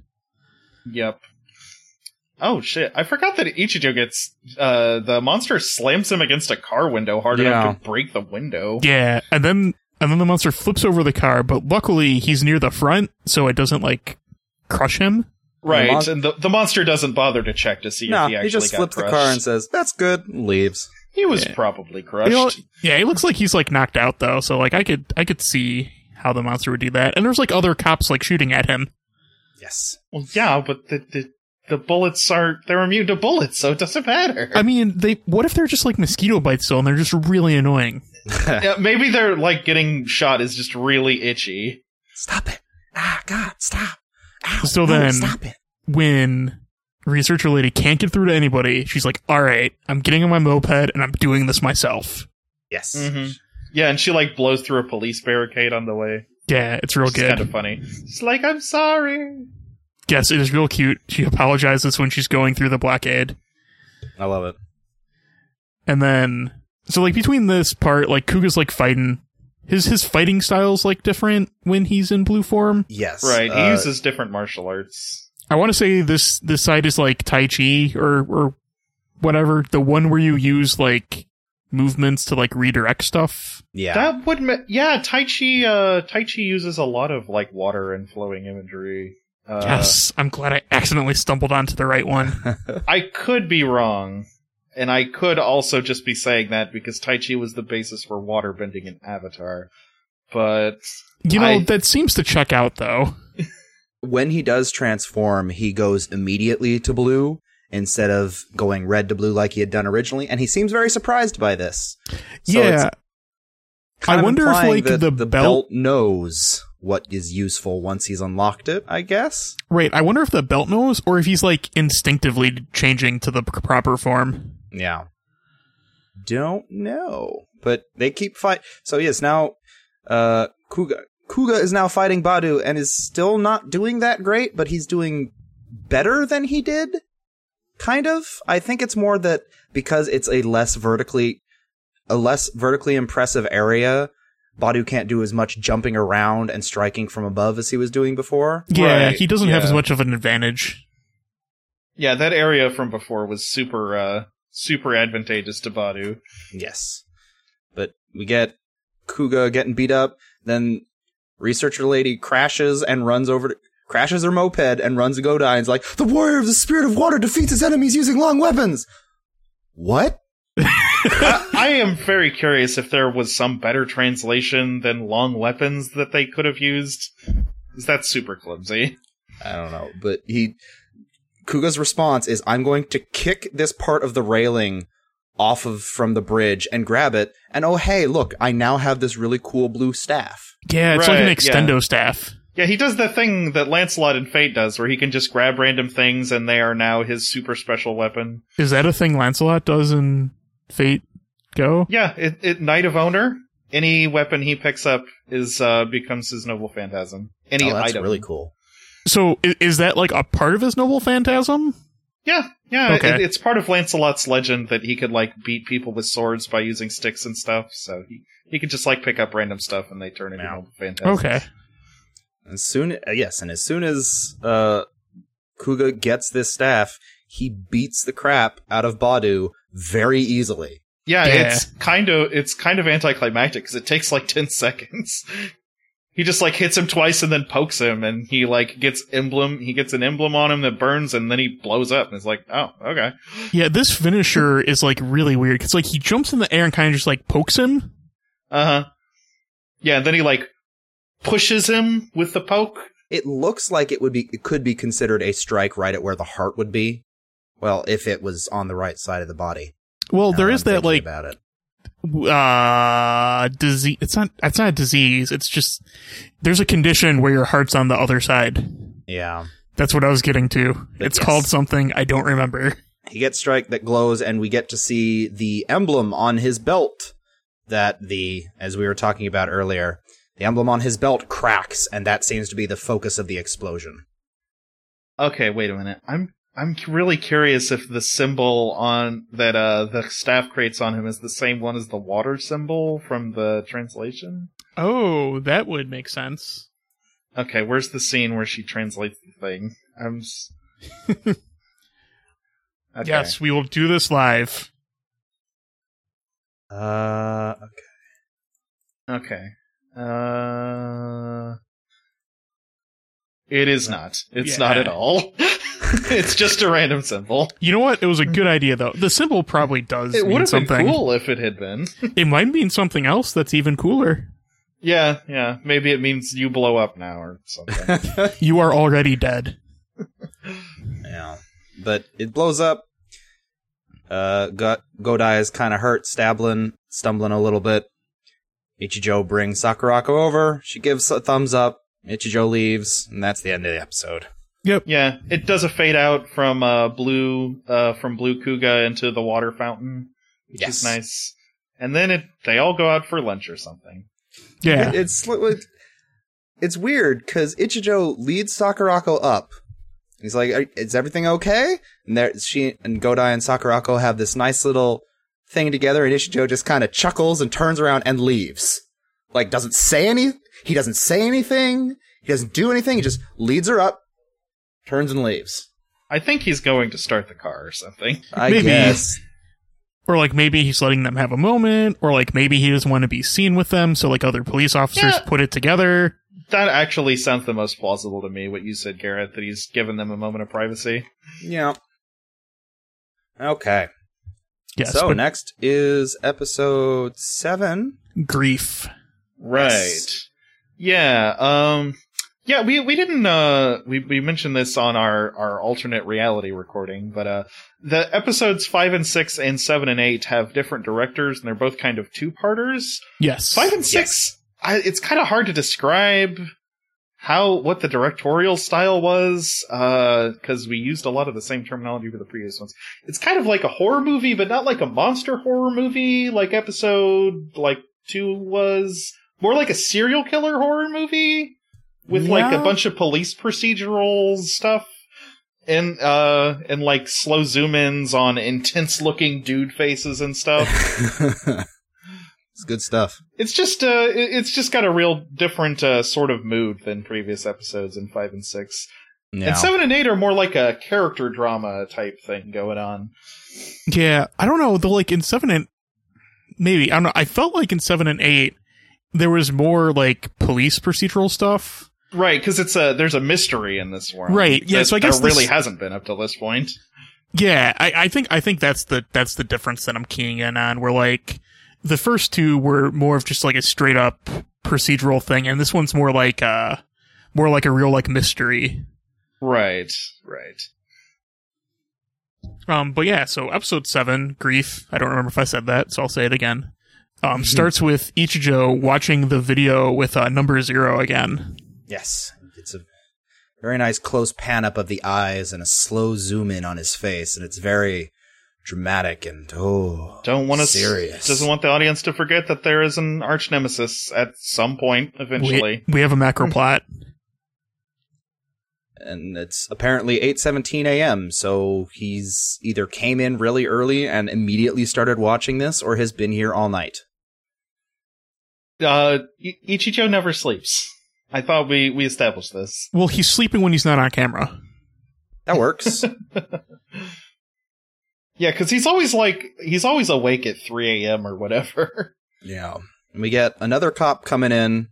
[SPEAKER 4] Yep. Oh shit! I forgot that Ichijo gets uh, the monster slams him against a car window hard enough to break the window.
[SPEAKER 1] Yeah, and then and then the monster flips over the car, but luckily he's near the front, so it doesn't like crush him.
[SPEAKER 4] Right,
[SPEAKER 3] The mon-
[SPEAKER 4] and the, the monster doesn't bother to check to see
[SPEAKER 3] No,
[SPEAKER 4] if he actually
[SPEAKER 3] he just
[SPEAKER 4] got
[SPEAKER 3] flips the
[SPEAKER 4] crushed.
[SPEAKER 3] car and says, "That's good," and leaves.
[SPEAKER 4] He was
[SPEAKER 1] Yeah.
[SPEAKER 4] probably
[SPEAKER 1] He lo-
[SPEAKER 4] crushed.
[SPEAKER 1] yeah, he looks like he's like knocked out though, so like I could I could see how the monster would do that. And there's like other cops like shooting at him.
[SPEAKER 3] Yes.
[SPEAKER 4] Well, yeah, but the, the the bullets are they're immune to bullets, so it doesn't matter.
[SPEAKER 1] I mean, they what if they're just like mosquito bites though, and they're just really annoying?
[SPEAKER 4] yeah, maybe they're like getting shot is just really itchy.
[SPEAKER 3] Stop it. Ah, God, stop. Ow,
[SPEAKER 1] So
[SPEAKER 3] no,
[SPEAKER 1] then-
[SPEAKER 3] stop it.
[SPEAKER 1] When researcher lady can't get through to anybody, she's like, "All right, I'm getting on my moped and I'm doing this myself."
[SPEAKER 3] Yes.
[SPEAKER 4] Mm-hmm. Yeah, and she like blows through a police barricade on the way.
[SPEAKER 1] Yeah, it's real
[SPEAKER 4] It's
[SPEAKER 1] good.
[SPEAKER 4] kind of funny. She's like, "I'm sorry."
[SPEAKER 1] yes, it is real cute. She apologizes when she's going through the blockade.
[SPEAKER 3] I love it.
[SPEAKER 1] And then so like between this part, like Kuga's like fighting his his fighting style's like different when he's in blue form.
[SPEAKER 3] Yes.
[SPEAKER 4] Right, he
[SPEAKER 3] Uh,
[SPEAKER 4] uses different martial arts.
[SPEAKER 1] I want to say this this side is like Tai Chi or or whatever the one where you use like movements to like redirect stuff.
[SPEAKER 3] yeah.
[SPEAKER 4] That would, ma- yeah, Tai Chi. Uh, tai Chi uses a lot of like water and flowing imagery. Uh,
[SPEAKER 1] yes, I'm glad I accidentally stumbled onto the right one.
[SPEAKER 4] I could be wrong, and I could also just be saying that because Tai Chi was the basis for waterbending in Avatar. But
[SPEAKER 1] You know
[SPEAKER 4] I-
[SPEAKER 1] that seems to check out though.
[SPEAKER 3] when he does transform, he goes immediately to blue instead of going red to blue like he had done originally, and he seems very surprised by this. So it's kind
[SPEAKER 1] I
[SPEAKER 3] of
[SPEAKER 1] wonder if
[SPEAKER 3] implying
[SPEAKER 1] like
[SPEAKER 3] that
[SPEAKER 1] the,
[SPEAKER 3] the
[SPEAKER 1] belt,
[SPEAKER 3] belt knows what is useful once he's unlocked it. I guess.
[SPEAKER 1] Right, I wonder if the belt knows or if he's like instinctively changing to the p- proper form.
[SPEAKER 3] Yeah. Don't know. But they keep fight. So yes, now uh Kuga Kuga is now fighting Badu and is still not doing that great, but he's doing better than he did. Kind of. I think it's more that because it's a less vertically a less vertically impressive area, Badu can't do as much jumping around and striking from above as he was doing before.
[SPEAKER 1] Yeah,
[SPEAKER 4] Right,
[SPEAKER 1] he doesn't have
[SPEAKER 4] yeah.
[SPEAKER 1] as much of an advantage.
[SPEAKER 4] yeah, that area from before was super, uh, super advantageous to Badu.
[SPEAKER 3] Yes. But we get Kuga getting beat up, then researcher lady crashes and runs over to crashes her moped and runs to Godai and's like, The warrior of the spirit of water defeats his enemies using long weapons. What?
[SPEAKER 4] I, I am very curious if there was some better translation than long weapons that they could have used. 'Cause That's super clumsy.
[SPEAKER 3] I don't know. But he Kuga's response is I'm going to kick this part of the railing off of from the bridge and grab it, and oh hey, look, I now have this really cool blue staff.
[SPEAKER 1] Yeah, it's like
[SPEAKER 4] Right,
[SPEAKER 1] an extendo staff.
[SPEAKER 4] Yeah, he does the thing that Lancelot in Fate does, where he can just grab random things and they are now his super special weapon.
[SPEAKER 1] Is that a thing Lancelot does in Fate Go?
[SPEAKER 4] Yeah, it, it Knight of Owner. Any weapon he picks up is uh, becomes his noble phantasm. Any
[SPEAKER 3] oh, that's
[SPEAKER 4] item,
[SPEAKER 3] really cool.
[SPEAKER 1] So is, is that like a part of his noble phantasm?
[SPEAKER 4] Yeah, yeah.
[SPEAKER 1] Okay.
[SPEAKER 4] It, it's part of Lancelot's legend that he could like beat people with swords by using sticks and stuff. So he he could just like pick up random stuff and they turn into
[SPEAKER 3] Wow.
[SPEAKER 4] noble phantasms.
[SPEAKER 1] Okay.
[SPEAKER 3] As soon uh, yes, and as soon as uh Kuga gets this staff, he beats the crap out of Badu very easily.
[SPEAKER 4] Yeah,
[SPEAKER 1] Yeah.
[SPEAKER 4] it's kind of it's kind of anticlimactic because it takes like ten seconds. He just like hits him twice and then pokes him, and he like gets emblem. He gets an emblem on him that burns, and then he blows up. And it's like, oh, okay.
[SPEAKER 1] Yeah, this finisher is like really weird because like he jumps in the air and kind of just like pokes him.
[SPEAKER 4] Uh huh. Yeah, and then he like pushes him with the poke.
[SPEAKER 3] It looks like it would be it could be considered a strike right at where the heart would be. Well, if it was on the right side of the body.
[SPEAKER 1] Well,
[SPEAKER 3] Now
[SPEAKER 1] there
[SPEAKER 3] I'm
[SPEAKER 1] is that
[SPEAKER 3] thinking
[SPEAKER 1] like
[SPEAKER 3] about it.
[SPEAKER 1] uh disease. It's not. It's not a disease. It's just there's a condition where your heart's on the other side.
[SPEAKER 3] Yeah.
[SPEAKER 1] That's what I was getting to. It's
[SPEAKER 3] Yes.
[SPEAKER 1] called something I don't remember.
[SPEAKER 3] He gets strike that glows and we get to see the emblem on his belt that the as we were talking about earlier, the emblem on his belt cracks and that seems to be the focus of the explosion.
[SPEAKER 4] Okay, wait a minute. I'm I'm really curious if the symbol on that uh the staff creates on him is the same one as the water symbol from the translation.
[SPEAKER 1] Oh, that would make sense.
[SPEAKER 4] Okay, where's the scene where she translates the thing? I'm. S- okay.
[SPEAKER 1] Yes, we will do this live.
[SPEAKER 3] Uh
[SPEAKER 4] Okay. Uh. It is not. It's
[SPEAKER 1] Yeah.
[SPEAKER 4] not at all. it's just a random symbol.
[SPEAKER 1] You know what? It was a good idea though. The symbol probably does
[SPEAKER 4] It would
[SPEAKER 1] mean
[SPEAKER 4] have been
[SPEAKER 1] something.
[SPEAKER 4] cool if it had been.
[SPEAKER 1] It might mean something else that's even cooler.
[SPEAKER 4] yeah, yeah. Maybe it means you blow up now or something.
[SPEAKER 1] You are already dead.
[SPEAKER 3] Yeah. But it blows up. Uh, Go- Godai is kind of hurt, stabbling, stumbling a little bit. Ichijo brings Sakurako over. She gives a thumbs up. Ichijo leaves, and that's the end of the episode.
[SPEAKER 4] yeah, it does a fade out from uh, blue uh, from blue Kuga into the water fountain, which
[SPEAKER 3] Yes.
[SPEAKER 4] is nice. And then it they all go out for lunch or something.
[SPEAKER 1] Yeah.
[SPEAKER 3] It- it's li- like- it's weird because Ichijo leads Sakurako up. He's like, "Are- "Is everything okay?" And there, she and Godai and Sakurako have this nice little thing together, and Ichijo just kind of chuckles and turns around and leaves. Like, doesn't say any. He doesn't say anything. He doesn't do anything. He just leads her up, turns and leaves.
[SPEAKER 4] I think he's going to start the car or something.
[SPEAKER 3] I
[SPEAKER 1] Maybe.
[SPEAKER 3] guess.
[SPEAKER 1] or like maybe he's letting them have a moment, or like maybe he doesn't want to be seen with them, so like other police officers
[SPEAKER 4] Yeah.
[SPEAKER 1] put it together.
[SPEAKER 4] That actually sounds the most plausible to me. What you said, Garrett, that he's given them a moment of privacy.
[SPEAKER 3] Yeah. Okay.
[SPEAKER 1] Yes.
[SPEAKER 3] so
[SPEAKER 1] but
[SPEAKER 3] next is episode seven.
[SPEAKER 1] grief.
[SPEAKER 4] Right.
[SPEAKER 3] Yes.
[SPEAKER 4] Yeah. Um yeah, we we didn't uh we we mentioned this on our our alternate reality recording, but uh the episodes 5 and 6 and 7 and 8 have different directors and they're both kind of two-parters.
[SPEAKER 1] Yes.
[SPEAKER 4] 5 and 6 I, it's kind of hard to describe how what the directorial style was uh cuz we used a lot of the same terminology for the previous ones. It's kind of like a horror movie but not like a monster horror movie like episode like 2 was more like a serial killer horror movie with like a
[SPEAKER 1] Yeah.
[SPEAKER 4] bunch of police procedural stuff and uh and like slow zoom ins on intense looking dude faces and stuff.
[SPEAKER 3] it's good stuff.
[SPEAKER 4] It's just uh, it- it's just got a real different uh, sort of mood than previous episodes in five and six.
[SPEAKER 3] Yeah.
[SPEAKER 4] And seven and eight are more like a character drama type thing going on.
[SPEAKER 1] Yeah, I don't know. The like in seven and maybe I don't know. I felt like in seven and eight there was more like police procedural stuff.
[SPEAKER 4] Right, because it's a there's a mystery in this world.
[SPEAKER 1] Right, yeah,
[SPEAKER 4] that
[SPEAKER 1] so I guess
[SPEAKER 4] there really
[SPEAKER 1] this-
[SPEAKER 4] hasn't been up to this point.
[SPEAKER 1] Yeah, I, I think I think that's the that's the difference that I'm keying in on. Where like the first two were more of just like a straight up procedural thing, and this one's more like uh more like a real like mystery.
[SPEAKER 4] Right, right.
[SPEAKER 1] Um, but yeah, so episode seven, grief. I don't remember if I said that, so I'll say it again. Um, starts with Ichijo watching the video with uh, number zero again.
[SPEAKER 3] Yes, it's a very nice close pan up of the eyes and a slow zoom in on his face, and it's very dramatic and oh,
[SPEAKER 4] Don't want to
[SPEAKER 3] serious.
[SPEAKER 4] doesn't want the audience to forget that there is an arch nemesis at some point
[SPEAKER 1] We,
[SPEAKER 4] eventually.
[SPEAKER 1] we have a macro plot.
[SPEAKER 3] and it's apparently eight seventeen a.m. So he's either came in really early and immediately started watching this, or has been here all night.
[SPEAKER 4] Uh, I- Ichijo never sleeps. I thought we we established this.
[SPEAKER 1] Well, he's sleeping when he's not on camera.
[SPEAKER 3] That works.
[SPEAKER 4] Yeah, because he's always like he's always awake at 3 a.m. or whatever.
[SPEAKER 3] yeah, and we get another cop coming in,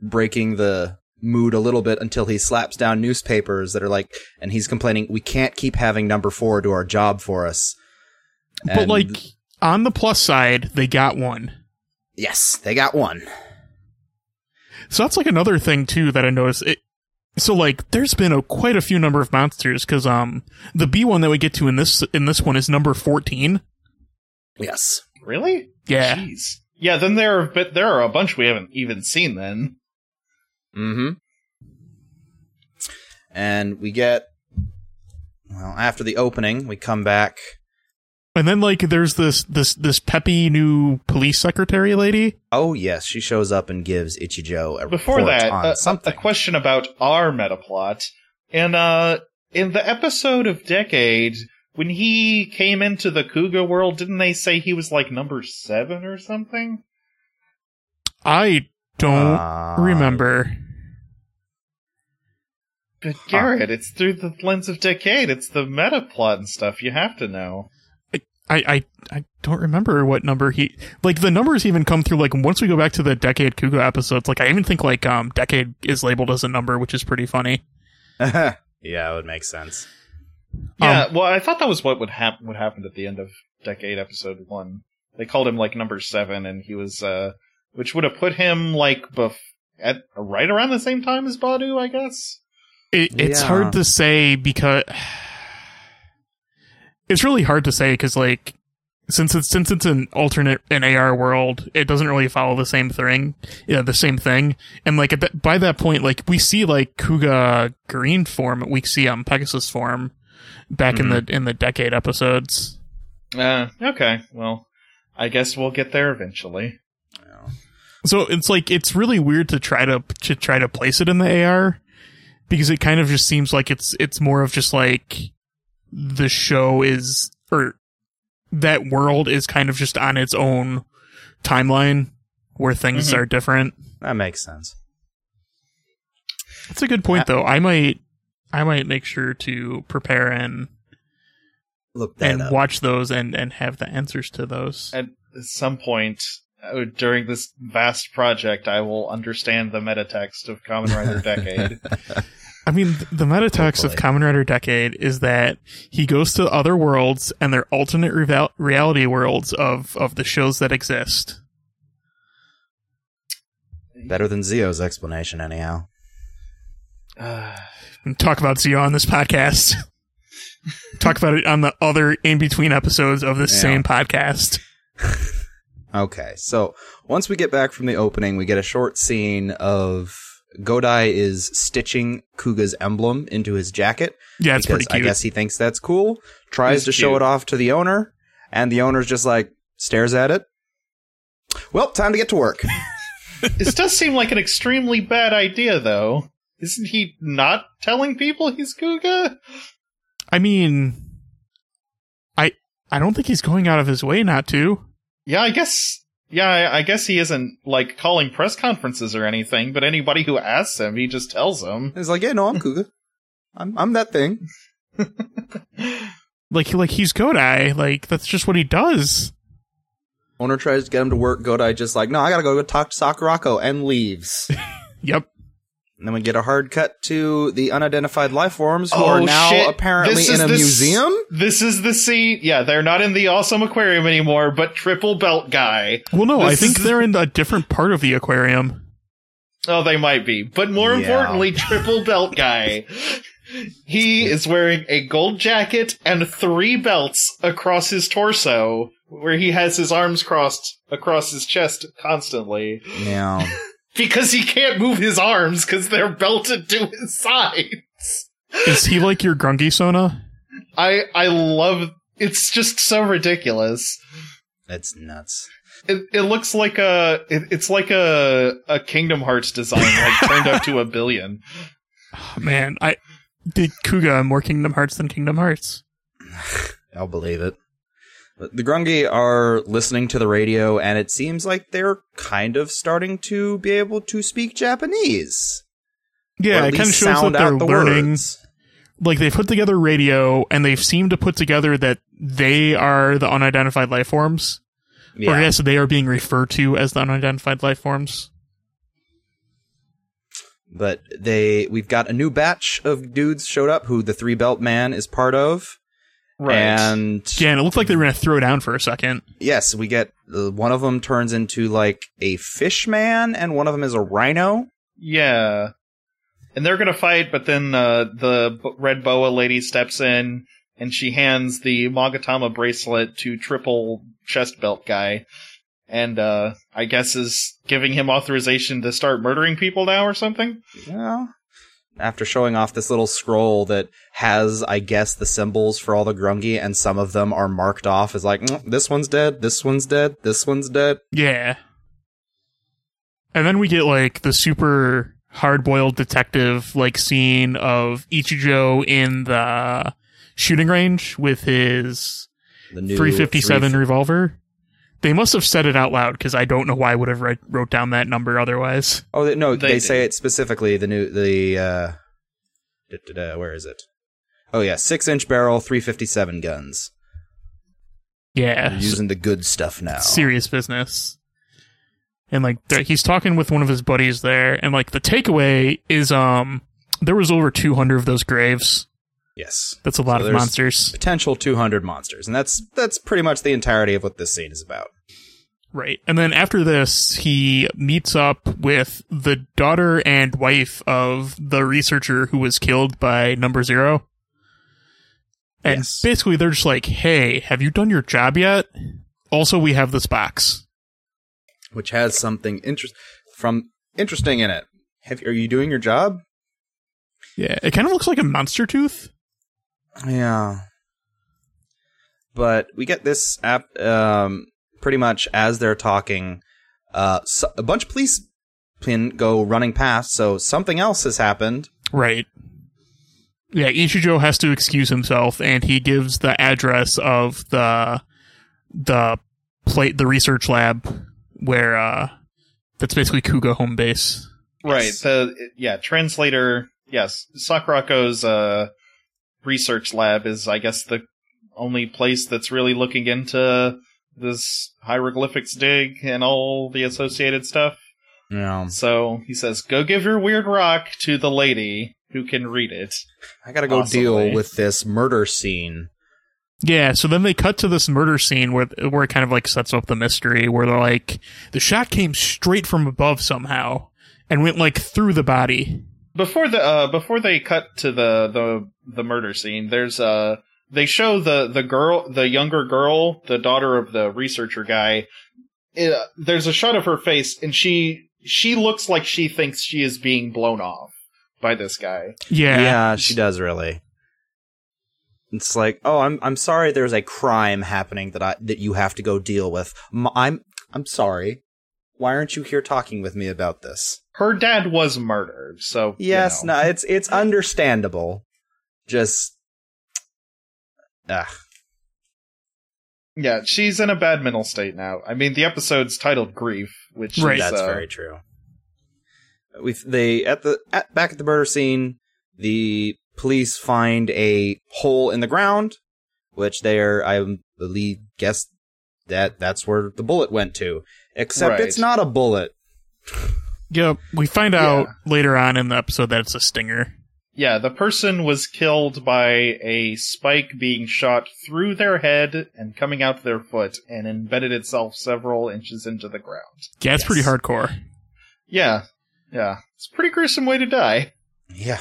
[SPEAKER 3] breaking the mood a little bit until he slaps down newspapers that are like, and he's complaining we can't keep having number four do our job for us.
[SPEAKER 1] but
[SPEAKER 3] And-
[SPEAKER 1] like on the plus side, they got one.
[SPEAKER 3] Yes, they got one.
[SPEAKER 1] So that's like another thing too that I noticed. It, so like there's been a quite a few number of monsters because um the B one that we get to in this in this one is number fourteen.
[SPEAKER 3] Yes.
[SPEAKER 4] Really?
[SPEAKER 1] Yeah.
[SPEAKER 4] Jeez. Yeah. Then there are but there are a bunch we haven't even seen. Then
[SPEAKER 3] Mm-hmm. And we get well, after the opening, we come back.
[SPEAKER 1] And then like there's this this this peppy new police secretary lady.
[SPEAKER 3] Oh yes, she shows up and gives Ichijo a
[SPEAKER 4] before
[SPEAKER 3] report
[SPEAKER 4] that, uh,
[SPEAKER 3] on
[SPEAKER 4] a, a
[SPEAKER 3] something.
[SPEAKER 4] question about our metaplot. And uh, in the episode of Decade, when he came into the Kuga world, didn't they say he was like number seven or something?
[SPEAKER 1] I don't
[SPEAKER 3] Uh,
[SPEAKER 1] remember.
[SPEAKER 4] But Garrett, it's through the lens of Decade. It's the metaplot and stuff. You have to know.
[SPEAKER 1] I, I I don't remember what number he like the numbers even come through like once we go back to the decade Kuga episodes like I even think like um decade is labeled as a number which is pretty funny
[SPEAKER 3] yeah, it would make sense.
[SPEAKER 4] Yeah, well, I thought that was what would happen. What happened at the end of Decade Episode One? They called him like number seven, and he was, uh, which would have put him like bef- at right around the same time as Badu, I guess.
[SPEAKER 1] It, it's
[SPEAKER 3] Yeah.
[SPEAKER 1] hard to say because it's really hard to say because like since it's since it's an alternate an AR world, it doesn't really follow the same thing, yeah, the same thing. And like at that, by that point, like we see like Kuga Green form, we see um Pegasus form back in the in the decade episodes.
[SPEAKER 4] Uh, okay, well, I guess we'll get there eventually.
[SPEAKER 1] So it's like it's really weird to try to to try to place it in the AR because it kind of just seems like it's it's more of just like the show is or that world is kind of just on its own timeline where things
[SPEAKER 4] Mhm.
[SPEAKER 3] Mm-hmm.
[SPEAKER 1] are different.
[SPEAKER 3] That makes sense.
[SPEAKER 1] That's a good point though. I might I might make sure to prepare and
[SPEAKER 3] Look that
[SPEAKER 1] and
[SPEAKER 3] up.
[SPEAKER 1] watch those and and have the answers to those.
[SPEAKER 4] At some point uh, during this vast project, I will understand the meta text of Common Rider Decade.
[SPEAKER 1] I mean, th- the meta text of
[SPEAKER 3] Hopefully.
[SPEAKER 1] Common Rider Decade is that he goes to other worlds and their alternate reval- reality worlds of, of the shows that exist.
[SPEAKER 3] Better than Zio's explanation, anyhow.
[SPEAKER 4] uh,
[SPEAKER 1] And talk about Zio on this podcast. talk about it on the other in between episodes of this
[SPEAKER 3] Yeah.
[SPEAKER 1] same podcast.
[SPEAKER 3] Okay, so once we get back from the opening, we get a short scene of Godai is stitching Kuga's emblem into his jacket.
[SPEAKER 1] Yeah, it's
[SPEAKER 3] because
[SPEAKER 1] pretty cute.
[SPEAKER 3] I guess he thinks that's cool. Tries
[SPEAKER 4] It's
[SPEAKER 3] to show
[SPEAKER 4] cute.
[SPEAKER 3] it off to the owner, and the owner's just like stares at it. Well, time to get to work.
[SPEAKER 4] this does seem like an extremely bad idea, though. Isn't he not telling people he's Kuga?
[SPEAKER 1] I mean, I I don't think he's going out of his way not to.
[SPEAKER 4] Yeah, I guess. Yeah, I, I guess he isn't like calling press conferences or anything. But anybody who asks him, he just tells them.
[SPEAKER 3] He's like, yeah, no, I'm Kuga. I'm I'm that thing.
[SPEAKER 1] Like like he's Kodai. Like that's just what he does.
[SPEAKER 3] Owner tries to get him to work. Godai just like, no, I gotta go talk to Sakurako and leaves.
[SPEAKER 1] Yep.
[SPEAKER 3] and then we get a hard cut to the unidentified life forms who
[SPEAKER 4] Oh,
[SPEAKER 3] are now
[SPEAKER 4] shit.
[SPEAKER 3] apparently
[SPEAKER 4] This
[SPEAKER 3] in
[SPEAKER 4] is
[SPEAKER 3] a
[SPEAKER 4] the s-
[SPEAKER 3] museum.
[SPEAKER 4] This is the scene. Yeah, they're not in the awesome aquarium anymore, but triple belt guy.
[SPEAKER 1] Well, no, I
[SPEAKER 4] This
[SPEAKER 1] think
[SPEAKER 4] is-
[SPEAKER 1] they're in a different part of the aquarium.
[SPEAKER 4] Oh, they might be, but more
[SPEAKER 3] Yeah.
[SPEAKER 4] importantly, triple belt guy. He is wearing a gold jacket and three belts across his torso, where he has his arms crossed across his chest constantly.
[SPEAKER 3] Yeah.
[SPEAKER 4] because he can't move his arms because they're belted to his sides.
[SPEAKER 1] Is he like your Grungy Sona?
[SPEAKER 4] I I love it's just so ridiculous.
[SPEAKER 3] That's nuts.
[SPEAKER 4] It, it looks like a it, it's like a a Kingdom Hearts design like turned up to a billion.
[SPEAKER 1] Man, I did Kuga more Kingdom Hearts than Kingdom Hearts.
[SPEAKER 3] I'll believe it. But the Grungi are listening to the radio, and it seems like they're kind of starting to be able to speak Japanese. Or
[SPEAKER 1] Yeah,
[SPEAKER 3] at
[SPEAKER 1] it kind of
[SPEAKER 3] least
[SPEAKER 1] shows that
[SPEAKER 3] sound
[SPEAKER 1] they're
[SPEAKER 3] out the
[SPEAKER 1] learning.
[SPEAKER 3] words.
[SPEAKER 1] Like they've put together radio, and they've seemed to put together that they are the unidentified life forms, or I
[SPEAKER 3] Yeah.
[SPEAKER 1] guess they are being referred to as the unidentified life forms.
[SPEAKER 3] But they, we've got a new batch of dudes showed up who the Three Belt Man is part of. And
[SPEAKER 1] Yeah, and it looked like they were gonna throw down for a second.
[SPEAKER 3] yes, we get uh, one of them turns into like a fish man, and one of them is a rhino.
[SPEAKER 4] yeah. And they're gonna fight, but then uh, the b- red boa lady steps in and she hands the Magatama bracelet to triple chest belt guy, and uh, I guess is giving him authorization to start murdering people now or something.
[SPEAKER 3] Yeah. After showing off this little scroll that has, I guess, the symbols for all the Grungi, and some of them are marked off as like, "Mm, this one's dead, this one's dead, this one's dead.
[SPEAKER 1] Yeah. And then we get like the super hard-boiled detective like scene of Ichijo in the shooting range with his
[SPEAKER 3] The new
[SPEAKER 1] 357 revolver. They must have said it out loud because I don't know why I would have write, wrote down that number otherwise.
[SPEAKER 3] Oh they, no,
[SPEAKER 4] They
[SPEAKER 3] they, say it specifically. The new, the uh, da-da-da, where is it? Oh yeah, six-inch barrel, 357 guns. We're
[SPEAKER 1] Yeah,
[SPEAKER 3] using the good stuff now.
[SPEAKER 1] serious business. And like th- he's talking with one of his buddies there, and like the takeaway is um there was over 200 of those graves.
[SPEAKER 3] Yes.
[SPEAKER 1] That's a lot
[SPEAKER 3] So
[SPEAKER 1] of
[SPEAKER 3] there's
[SPEAKER 1] monsters.
[SPEAKER 3] Potential 200 monsters, and that's that's pretty much the entirety of what this scene is about.
[SPEAKER 1] Right. And then after this, he meets up with the daughter and wife of the researcher who was killed by number zero. And
[SPEAKER 3] Yes.
[SPEAKER 1] basically, they're just like, hey, have you done your job yet? Also, we have this box.
[SPEAKER 3] which has something interest from interesting in it. Have, are you doing your job?
[SPEAKER 1] Yeah. It kind of looks like a monster tooth.
[SPEAKER 3] Yeah. But we get this app um, pretty much as they're talking. Uh, so, a bunch of police pin go running past, so something else has happened.
[SPEAKER 1] Right. Yeah, Ichijo has to excuse himself, and he gives the address of the the plate, the research lab, where uh, that's basically Kuga home base.
[SPEAKER 4] Right.
[SPEAKER 3] Yes.
[SPEAKER 4] The yeah, translator. Yes, Sakurako's uh, research lab is, I guess, the only place that's really looking into this hieroglyphics dig and all the associated stuff.
[SPEAKER 3] Yeah.
[SPEAKER 4] So he says, "Go give your weird rock to the lady who can read it."
[SPEAKER 3] I gotta go
[SPEAKER 4] Possibly.
[SPEAKER 3] deal with this murder scene.
[SPEAKER 1] Yeah, so then they cut to this murder scene where where it kind of like sets up the mystery, where they're like, the shot came straight from above somehow and went like through the body.
[SPEAKER 4] Before the uh, before they cut to the the the murder scene, there's uh they show the the girl the younger girl the daughter of the researcher guy. Uh, there's a shot of her face, and she she looks like she thinks she is being blown off by this guy.
[SPEAKER 1] Yeah,
[SPEAKER 3] Yeah, she does really. It's like, oh, I'm I'm sorry. There's a crime happening that I that you have to go deal with. M- I'm I'm sorry. Why aren't you here talking with me about this?
[SPEAKER 4] Her dad was murdered, so you
[SPEAKER 3] Yes,
[SPEAKER 4] know.
[SPEAKER 3] no, it's it's understandable. Just, ah. ugh.
[SPEAKER 4] yeah, she's in a bad mental state now. I mean, the episode's titled "Grief," which
[SPEAKER 1] Right.
[SPEAKER 4] is,
[SPEAKER 3] That's
[SPEAKER 4] uh,
[SPEAKER 3] very true. We they at the at, back at the murder scene, the police find a hole in the ground, which they are I believe guess that that's where the bullet went to. Except
[SPEAKER 4] Right.
[SPEAKER 3] it's not a bullet.
[SPEAKER 1] Yep. We find out later on in the episode that it's a stinger.
[SPEAKER 4] Yeah, the person was killed by a spike being shot through their head and coming out their foot and embedded itself several inches into the ground.
[SPEAKER 1] Yeah, it's pretty
[SPEAKER 3] Yes.
[SPEAKER 1] hardcore.
[SPEAKER 4] Yeah, yeah. It's a pretty gruesome way to die.
[SPEAKER 3] Yeah.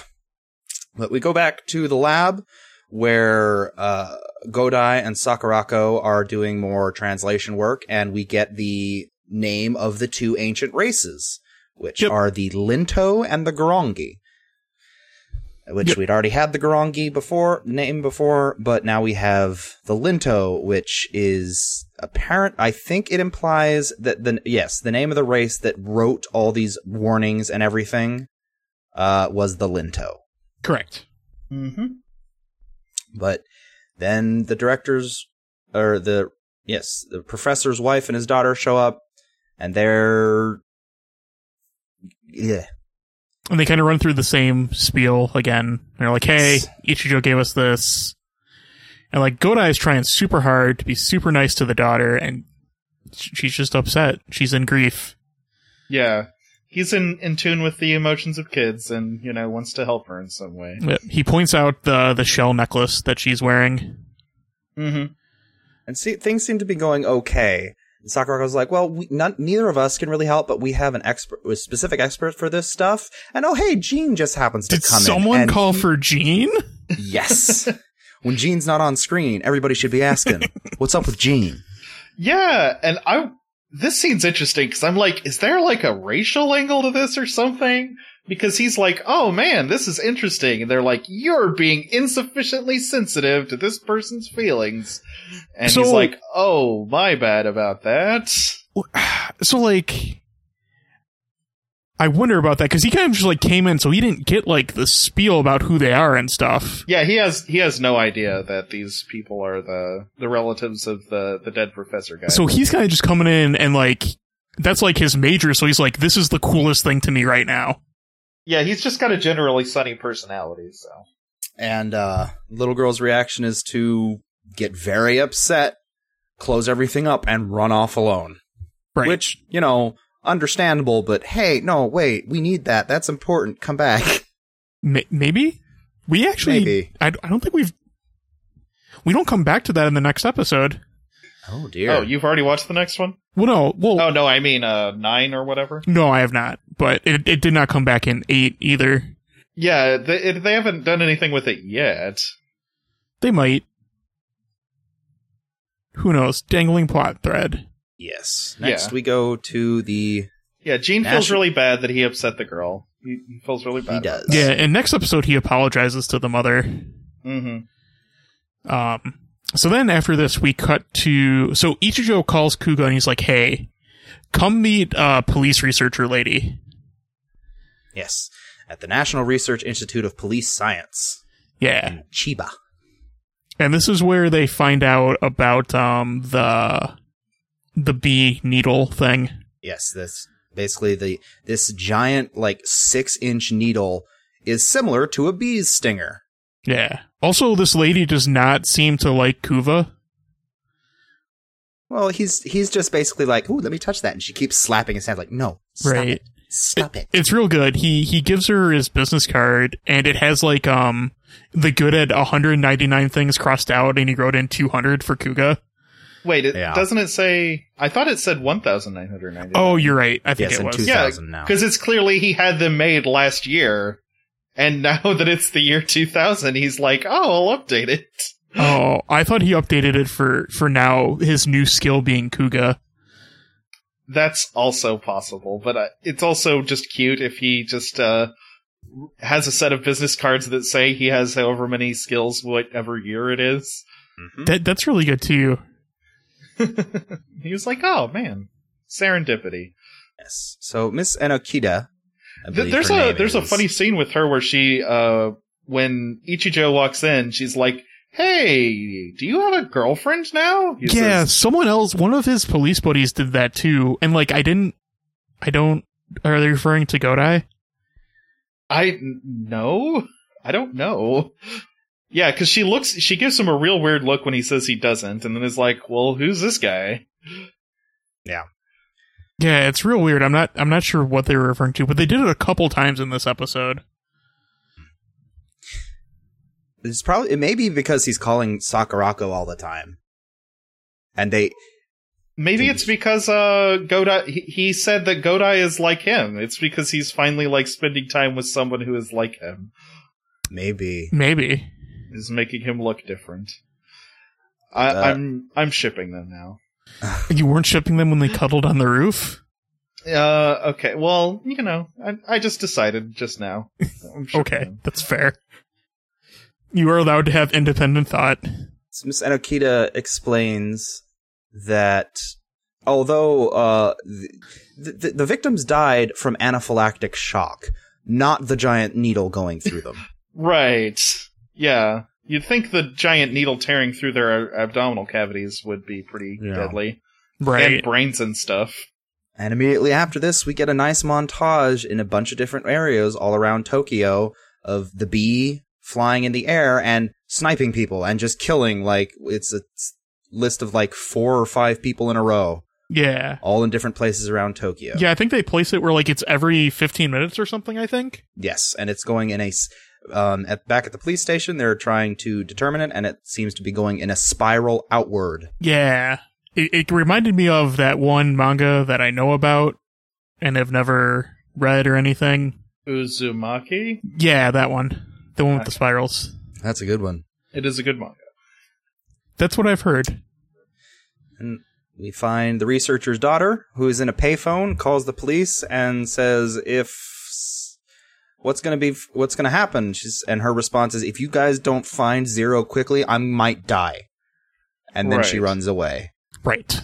[SPEAKER 3] But we go back to the lab where uh, Godai and Sakurako are doing more translation work, and we get the name of the two ancient races, which
[SPEAKER 1] Yep.
[SPEAKER 3] are the Linto and the Gorongi. Which
[SPEAKER 1] Yep.
[SPEAKER 3] we'd already had the Gorongi before name before, but now we have the Linto, which is apparent. I think it implies that the yes, the name of the race that wrote all these warnings and everything uh, was the Linto.
[SPEAKER 1] Correct.
[SPEAKER 4] Mm-hmm.
[SPEAKER 3] But then the director's, or the, yes, the professor's wife and his daughter show up, and they're, yeah,
[SPEAKER 1] And they kind of run through the same spiel again. They're like, hey, Ichijo gave us this. And like, Godai is trying super hard to be super nice to the daughter, and sh- she's just upset. She's in grief.
[SPEAKER 4] Yeah. He's in, in tune with the emotions of kids and, you know, wants to help her in some way.
[SPEAKER 1] Yep. He points out the the shell necklace that she's wearing.
[SPEAKER 4] Mm-hmm.
[SPEAKER 3] and see, things seem to be going okay. And Sakurako's like, well, we, none, neither of us can really help, but we have an expert, a specific expert for this stuff. And oh, hey, Gene just happens to
[SPEAKER 1] Did
[SPEAKER 3] come in,
[SPEAKER 1] someone
[SPEAKER 3] and
[SPEAKER 1] call for Jean?
[SPEAKER 3] Yes. when Gene's not on screen, everybody should be asking, what's up with Gene?
[SPEAKER 4] Yeah, and I. This scene's interesting because I'm like, is there like a racial angle to this or something? Because he's like, oh man, this is interesting. And they're like, you're being insufficiently sensitive to this person's feelings. And he's
[SPEAKER 1] So-
[SPEAKER 4] like, oh, my bad about that.
[SPEAKER 1] So like, I wonder about that because he kind of just like came in, so he didn't get like the spiel about who they are and stuff.
[SPEAKER 4] Yeah, he has he has no idea that these people are the the relatives of the the dead professor guy.
[SPEAKER 1] So he's kind of just coming in and like that's like his major. So he's like, this is the coolest thing to me right now.
[SPEAKER 4] yeah, he's just got a generally sunny personality. So
[SPEAKER 3] And uh, little girl's reaction is to get very upset, close everything up, and run off alone.
[SPEAKER 1] Right.
[SPEAKER 3] Which, you know, understandable, but hey, no, wait, we need that. That's important. Come back.
[SPEAKER 1] M- maybe We actually,
[SPEAKER 5] Maybe.
[SPEAKER 1] I, I don't think we've, we don't come back to that in the next episode.
[SPEAKER 5] Oh dear.
[SPEAKER 4] Oh, you've already watched the next one?
[SPEAKER 1] Well, no, well,
[SPEAKER 4] Oh no, I mean uh nine or whatever.
[SPEAKER 1] no, I have not, but it, it did not come back in eight either.
[SPEAKER 4] Yeah, they, it- they haven't done anything with it yet.
[SPEAKER 1] They might. Who knows? Dangling plot thread.
[SPEAKER 3] Yes. Next
[SPEAKER 4] Yeah.
[SPEAKER 3] we go to the
[SPEAKER 4] Yeah, Gene feels
[SPEAKER 3] Nash-
[SPEAKER 4] really bad that he upset the girl. He, he feels really bad.
[SPEAKER 3] he does.
[SPEAKER 1] Yeah, and next episode he apologizes to the mother.
[SPEAKER 4] Mm-hmm.
[SPEAKER 1] Um, so then after this, we cut to so Ichijo calls Kuga and he's like, "Hey, come meet uh, police researcher lady."
[SPEAKER 3] Yes. At the National Research Institute of Police Science
[SPEAKER 1] Yeah,
[SPEAKER 3] in Chiba.
[SPEAKER 1] and this is where they find out about um the the bee needle thing.
[SPEAKER 3] Yes, this basically the this giant like 6-inch needle is similar to a bee's stinger.
[SPEAKER 1] Yeah. Also, this lady does not seem to like Kuva.
[SPEAKER 3] Well, he's he's just basically like, "Ooh, let me touch that." And she keeps slapping his hand like, "No. Stop
[SPEAKER 1] Right.
[SPEAKER 3] It. Stop it."
[SPEAKER 1] It's real good. He he gives her his business card, and it has like um the good at 199 things crossed out, and he wrote in 200 for Kuga.
[SPEAKER 4] Wait, it,
[SPEAKER 3] Yeah.
[SPEAKER 4] doesn't it say? I thought it said one thousand nine hundred ninety.
[SPEAKER 1] Oh, you're right. I think it
[SPEAKER 3] Yes, and
[SPEAKER 1] was.
[SPEAKER 3] two-
[SPEAKER 4] yeah,
[SPEAKER 3] 2000 now.
[SPEAKER 4] because it's clearly he had them made last year, and now that it's the year two thousand, he's like, oh, I'll update it.
[SPEAKER 1] Oh, I thought he updated it for for now. His new skill being Kuga.
[SPEAKER 4] That's also possible, but uh, it's also just cute if he just uh, has a set of business cards that say he has however many skills, whatever year it is.
[SPEAKER 1] That that's really good too.
[SPEAKER 4] he was like, oh man, serendipity.
[SPEAKER 3] Yes. So Miss Enokida I
[SPEAKER 4] Th-
[SPEAKER 3] believe
[SPEAKER 4] there's
[SPEAKER 3] her
[SPEAKER 4] a
[SPEAKER 3] name
[SPEAKER 4] there's a
[SPEAKER 3] is.
[SPEAKER 4] funny scene with her where she uh when Ichijo walks in, she's like, "Hey, do you have a girlfriend now?" He
[SPEAKER 1] yeah,
[SPEAKER 4] says,
[SPEAKER 1] someone else, one of his police buddies, did that too. And like, I didn't. I don't. Are they referring to Godai?
[SPEAKER 4] I n- no, I don't know. Yeah, because she looks, she gives him a real weird look when he says he doesn't, and then is like, "Well, who's this guy?"
[SPEAKER 1] Yeah, it's real weird. I'm not. I'm not sure what they were referring to, but they did it a couple times in this episode.
[SPEAKER 3] It's probably it may be because he's calling Sakurako all the time. And they
[SPEAKER 4] Maybe
[SPEAKER 3] Didn't-
[SPEAKER 4] it's because uh Godai he, he said that Godai is like him. It's because he's finally like spending time with someone who is like him.
[SPEAKER 3] maybe
[SPEAKER 1] Maybe.
[SPEAKER 4] is making him look different. I,
[SPEAKER 3] Uh,
[SPEAKER 4] I'm I'm shipping them now.
[SPEAKER 1] You weren't shipping them when they cuddled on the roof.
[SPEAKER 4] Uh, okay. Well, you know, I, I just decided just now. I'm shipping
[SPEAKER 1] Okay,
[SPEAKER 4] them.
[SPEAKER 1] that's fair. You are allowed to have independent thought.
[SPEAKER 3] So Miss Enokita explains that although uh, the, the, the victims died from anaphylactic shock, not the giant needle going through them.
[SPEAKER 4] Right. Yeah. You'd think the giant needle tearing through their abdominal cavities would be pretty
[SPEAKER 3] Yeah.
[SPEAKER 4] deadly, and
[SPEAKER 1] Right.
[SPEAKER 4] brains and stuff.
[SPEAKER 3] and immediately after this, we get a nice montage in a bunch of different areas all around Tokyo of the bee flying in the air and sniping people and just killing like it's a s- list of like four or five people in a row,
[SPEAKER 1] yeah.
[SPEAKER 3] all in different places around Tokyo.
[SPEAKER 1] Yeah, I think they place it where like it's every 15 minutes or something. I think.
[SPEAKER 3] Yes, and it's going in a s- um at back at the police station. They're trying to determine it, and it seems to be going in a spiral outward.
[SPEAKER 1] Yeah, it, it reminded me of that one manga that I know about and have never read or anything.
[SPEAKER 4] Uzumaki.
[SPEAKER 1] Yeah, that one, the one with the spirals.
[SPEAKER 3] That's a good one.
[SPEAKER 4] It is a good manga.
[SPEAKER 1] That's what I've heard.
[SPEAKER 3] We find the researcher's daughter, who is in a payphone, calls the police and says, "If s- what's going to be f- what's going to happen?" She's and her response is, "If you guys don't find Zero quickly, I might die." And then she
[SPEAKER 4] Right.
[SPEAKER 3] runs away.
[SPEAKER 1] Right.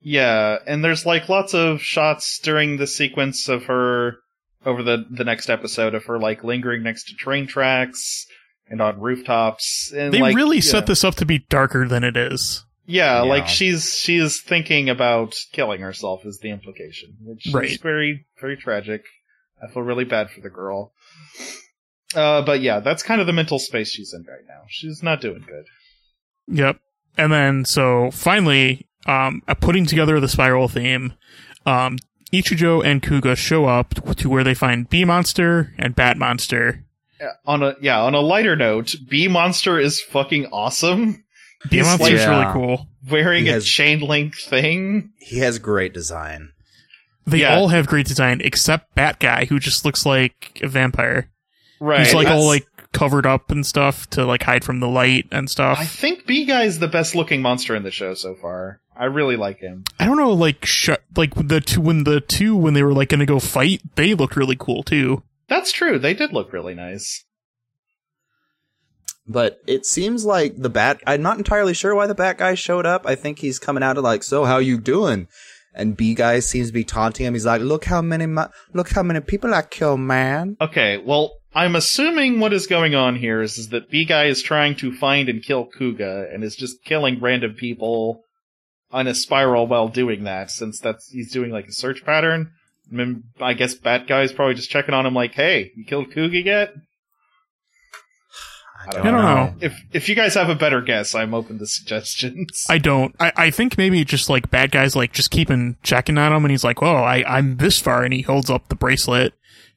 [SPEAKER 4] Yeah, and there's like lots of shots during the sequence of her over the the next episode of her like lingering next to train tracks and on rooftops and
[SPEAKER 1] They
[SPEAKER 4] like,
[SPEAKER 1] really
[SPEAKER 4] yeah.
[SPEAKER 1] set this up to be darker than it is.
[SPEAKER 4] yeah,
[SPEAKER 3] Yeah.
[SPEAKER 4] like she's she's thinking about killing herself is the implication which is
[SPEAKER 1] Right.
[SPEAKER 4] very very tragic i feel really bad for the girl uh but yeah that's kind of the mental space she's in right now she's not doing good
[SPEAKER 1] Yep. And then so finally, um, uh, putting together the spiral theme, um, Ichijo and Kuga show up to where they find Bee Monster and Bat Monster,
[SPEAKER 4] on a yeah on a lighter note, Bee Monster is fucking awesome.
[SPEAKER 1] Bee
[SPEAKER 4] He's
[SPEAKER 1] Monster's
[SPEAKER 3] like-
[SPEAKER 1] really
[SPEAKER 3] Yeah.
[SPEAKER 1] cool.
[SPEAKER 4] Wearing
[SPEAKER 3] He
[SPEAKER 4] a
[SPEAKER 3] has-
[SPEAKER 4] chain link thing.
[SPEAKER 3] He has great design.
[SPEAKER 1] They
[SPEAKER 4] Yeah.
[SPEAKER 1] all have great design except Bat Guy, who just looks like a vampire.
[SPEAKER 4] Right.
[SPEAKER 1] He's like all
[SPEAKER 4] that's-
[SPEAKER 1] like covered up and stuff to like hide from the light and stuff.
[SPEAKER 4] I think Bee Guy is the best looking monster in the show so far. I really like him.
[SPEAKER 1] I don't know, like sh- like the two when the two when they were like going to go fight, they looked really cool too.
[SPEAKER 4] That's true. They did look really nice.
[SPEAKER 3] But it seems like the bat. I'm not entirely sure why the bat guy showed up. I think he's coming out of like, so how you doing? And B guy seems to be taunting him. He's like, look how many, mu- look how many people I kill, man.
[SPEAKER 4] Okay, well, I'm assuming what is going on here is, is that B Guy is trying to find and kill Kuga and is just killing random people on a spiral while doing that, since that's he's doing like a search pattern. I, mean, I guess Bat Guy's probably just checking on him like, hey, you killed Kuga yet?
[SPEAKER 3] I
[SPEAKER 1] I don't know.
[SPEAKER 4] If if you guys have a better guess, I'm open to suggestions.
[SPEAKER 1] I don't. I, I think maybe just like bad guys like just keeping checking on him, and he's like, "Whoa, I I'm this far," and he holds up the bracelet,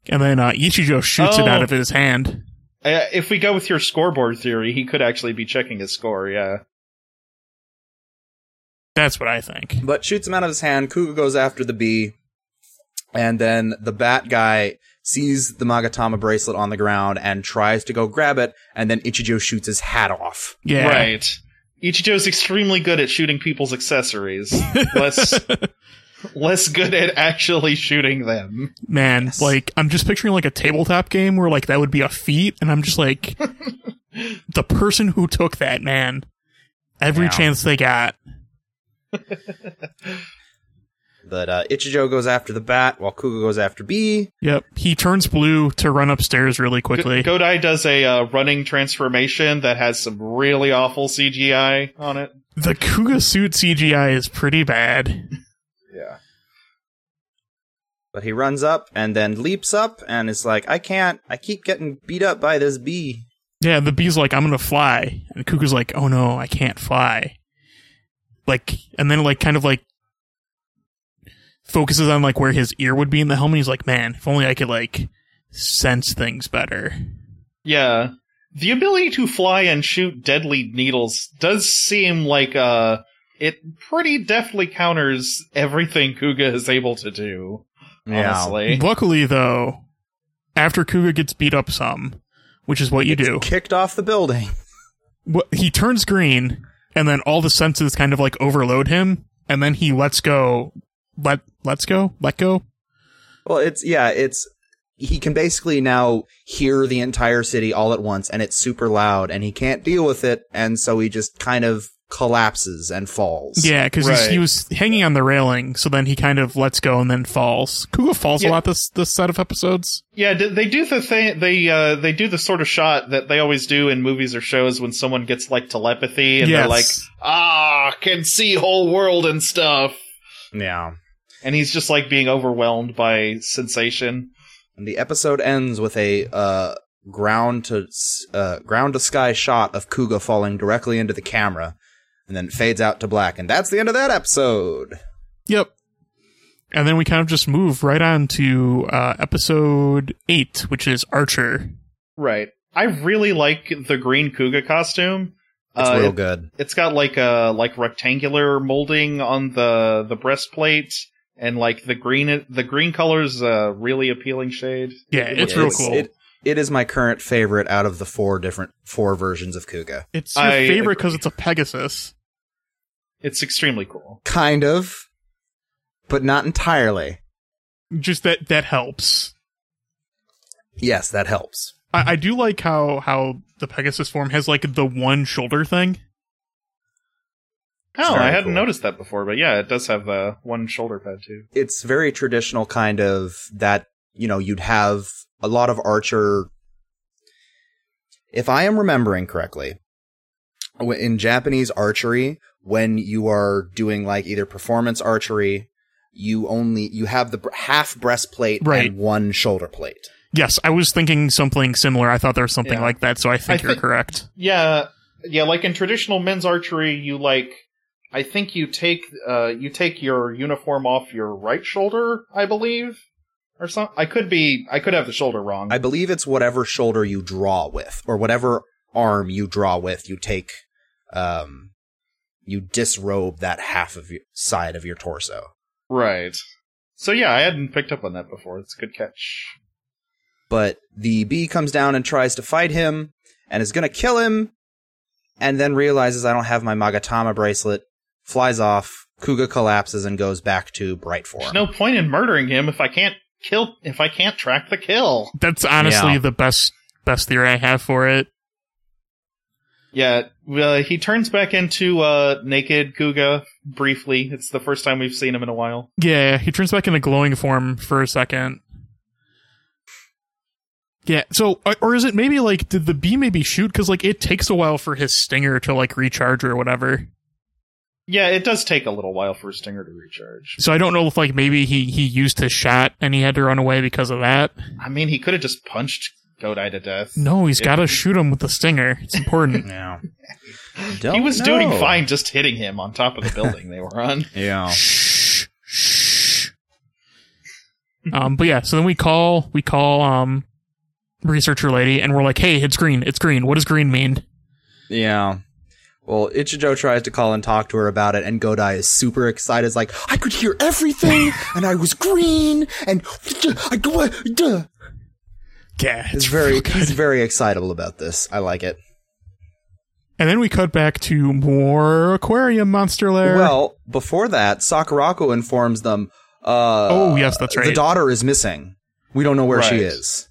[SPEAKER 1] and then uh, Ichijo shoots it
[SPEAKER 4] Oh.
[SPEAKER 1] out of his hand.
[SPEAKER 4] Uh, if we go with your scoreboard theory, he could actually be checking his score, yeah.
[SPEAKER 1] That's what I think.
[SPEAKER 3] but shoots him out of his hand. Kuga goes after the bee, and then the bat guy sees the Magatama bracelet on the ground and tries to go grab it, and then Ichijo shoots his hat off.
[SPEAKER 1] Yeah,
[SPEAKER 4] Right. Ichijo's extremely good at shooting people's accessories. less less good at actually shooting them.
[SPEAKER 1] man. Like I'm just picturing like a tabletop game where like that would be a feat, and I'm just like, the person who took that man, every
[SPEAKER 3] Yeah.
[SPEAKER 1] chance they got.
[SPEAKER 3] But uh, Ichijo goes after the bat while Kuga goes after bee.
[SPEAKER 1] Yep, he turns blue to run upstairs really
[SPEAKER 4] Go-
[SPEAKER 1] quickly.
[SPEAKER 4] Godai does a uh, running transformation that has some really awful CGI on it.
[SPEAKER 1] The Kuga suit CGI is pretty bad.
[SPEAKER 4] Yeah.
[SPEAKER 3] But he runs up and then leaps up and is like, I can't. I keep getting beat up by this bee.
[SPEAKER 1] Yeah, the bee's like, I'm gonna fly. And Cuckoo's like, oh no, I can't fly. Like, and then like kind of like focuses on like where his ear would be in the helmet. He's like, man, if only I could like sense things better.
[SPEAKER 4] Yeah. The ability to fly and shoot deadly needles does seem like uh it pretty deftly counters everything Kuga is able to do. Honestly.
[SPEAKER 1] Luckily though, after Kuga gets beat up some, which is what you do,
[SPEAKER 3] Kicked off the building.
[SPEAKER 1] wh- he turns green and then all the senses kind of like overload him and then he lets go. Let, let's go? Let go?
[SPEAKER 3] Well, it's yeah, it's he can basically now hear the entire city all at once and it's super loud and he can't deal with it and so he just kind of collapses and falls.
[SPEAKER 1] Yeah, because
[SPEAKER 4] Right.
[SPEAKER 1] he was hanging on the railing, so then he kind of lets go and then falls. Kuga falls
[SPEAKER 4] Yeah.
[SPEAKER 1] a lot this this set of episodes.
[SPEAKER 4] Yeah, d- they do the thing. They uh, they do the sort of shot that they always do in movies or shows when someone gets like telepathy and they're
[SPEAKER 1] Yes.
[SPEAKER 4] like, "Ah, can see whole world and stuff,"
[SPEAKER 3] Yeah.
[SPEAKER 4] and he's just like being overwhelmed by sensation.
[SPEAKER 3] And the episode ends with a uh ground to s- uh ground to sky shot of Kuga falling directly into the camera and then it fades out to black and that's the end of that episode.
[SPEAKER 1] Yep. And then we kind of just move right on to uh, episode eight, which is Archer.
[SPEAKER 4] Right. I really like the green Kuga costume.
[SPEAKER 3] It's
[SPEAKER 4] Uh,
[SPEAKER 3] real
[SPEAKER 4] it-
[SPEAKER 3] good.
[SPEAKER 4] it's got like a like rectangular molding on the the breastplate, and like the green the green color's a really appealing shade.
[SPEAKER 1] Yeah,
[SPEAKER 4] It
[SPEAKER 1] it's
[SPEAKER 4] looks
[SPEAKER 1] real
[SPEAKER 4] really
[SPEAKER 1] cool.
[SPEAKER 3] It, it is my current favorite out of the four different four versions of Kuga.
[SPEAKER 1] It's your
[SPEAKER 4] I
[SPEAKER 1] favorite because it's a Pegasus.
[SPEAKER 4] It's extremely cool.
[SPEAKER 3] Kind of, but not entirely.
[SPEAKER 1] Just that that helps.
[SPEAKER 3] Yes, that helps.
[SPEAKER 1] I, I do like how how the Pegasus form has like the one shoulder thing.
[SPEAKER 4] Oh,
[SPEAKER 3] very
[SPEAKER 4] I hadn't
[SPEAKER 3] cool.
[SPEAKER 4] noticed that before, but yeah, it does have uh, one shoulder pad too.
[SPEAKER 3] It's very traditional kind of that, you know, you'd have a lot of archer. If I am remembering correctly, w- in Japanese archery, when you are doing like either performance archery, you only you have the br- half breastplate
[SPEAKER 1] Right.
[SPEAKER 3] and one shoulder plate.
[SPEAKER 1] Yes, I was thinking something similar. I thought there was something
[SPEAKER 4] Yeah.
[SPEAKER 1] like that, so I think
[SPEAKER 4] I
[SPEAKER 1] you're
[SPEAKER 4] thi-
[SPEAKER 1] correct.
[SPEAKER 4] Yeah, yeah. Like in traditional men's archery, you like, I think you take uh, you take your uniform off your right shoulder, I believe, or something. I could be. I could have the shoulder wrong.
[SPEAKER 3] I believe it's whatever shoulder you draw with, or whatever arm you draw with, you take, um, you disrobe that half of your side of your torso.
[SPEAKER 4] right. So yeah, I hadn't picked up on that before. It's a good catch.
[SPEAKER 3] But the bee comes down and tries to fight him and is gonna kill him, and then realizes I don't have my Magatama bracelet, flies off, Kuga collapses and goes back to bright form.
[SPEAKER 4] There's no point in murdering him if I can't kill. If I can't track the kill.
[SPEAKER 1] That's honestly
[SPEAKER 3] Yeah.
[SPEAKER 1] the best best theory I have for it.
[SPEAKER 4] Yeah. Well, he turns back into uh, naked Kuga briefly. It's the first time we've seen him in a while.
[SPEAKER 1] Yeah, he turns back into glowing form for a second. Yeah, so or- or is it maybe like did the bee maybe shoot cuz like it takes a while for his stinger to like recharge or whatever.
[SPEAKER 4] Yeah, it does take a little while for Stinger to recharge.
[SPEAKER 1] So I don't know if like maybe he he used his shot and he had to run away because of that.
[SPEAKER 4] I mean, he could have just punched Godai to death.
[SPEAKER 1] No, he's
[SPEAKER 4] It-
[SPEAKER 1] got to shoot him with the stinger. It's important.
[SPEAKER 3] Yeah.
[SPEAKER 4] He
[SPEAKER 3] Don't
[SPEAKER 4] was doing
[SPEAKER 3] know.
[SPEAKER 4] fine just hitting him on top of the building they were on.
[SPEAKER 3] Yeah.
[SPEAKER 1] Shh. Shh. um but yeah, so then we call we call um researcher lady and we're like, "Hey, it's green. It's green. What does green mean?"
[SPEAKER 3] Yeah. Well, Ichijo tries to call and talk to her about it, and Godai is super excited. It's like, I could hear everything, and I was green, and I go, duh.
[SPEAKER 1] Yeah,
[SPEAKER 3] He's very, he's very excitable about this. I like it.
[SPEAKER 1] And then we cut back to more aquarium monster lair.
[SPEAKER 3] Well, before that, Sakurako informs them, uh,
[SPEAKER 1] Oh, yes, that's
[SPEAKER 3] The
[SPEAKER 1] right.
[SPEAKER 3] daughter is missing. We don't know where she
[SPEAKER 4] Right.
[SPEAKER 3] is.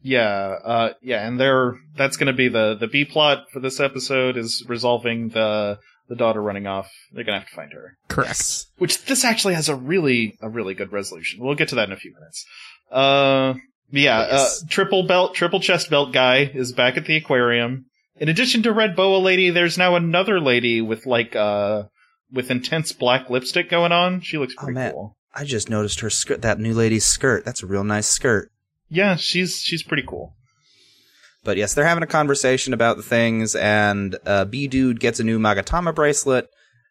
[SPEAKER 4] Yeah, uh, yeah, and there that's going to be the the B plot for this episode is resolving the the daughter running off. They're going to have to find her.
[SPEAKER 1] correct.
[SPEAKER 4] Which this actually has a really a really good resolution. We'll get to that in a few minutes. Uh, yeah,
[SPEAKER 3] Yes.
[SPEAKER 4] uh, triple belt, triple chest belt guy is back at the aquarium. In addition to red boa lady, there's now another lady with like uh with intense black lipstick going on. She looks
[SPEAKER 3] Oh,
[SPEAKER 4] pretty
[SPEAKER 3] man.
[SPEAKER 4] cool.
[SPEAKER 3] I just noticed her skirt, that new lady's skirt. That's a real nice skirt.
[SPEAKER 4] Yeah, she's she's pretty cool.
[SPEAKER 3] But yes, they're having a conversation about the things, and uh, B Dude gets a new Magatama bracelet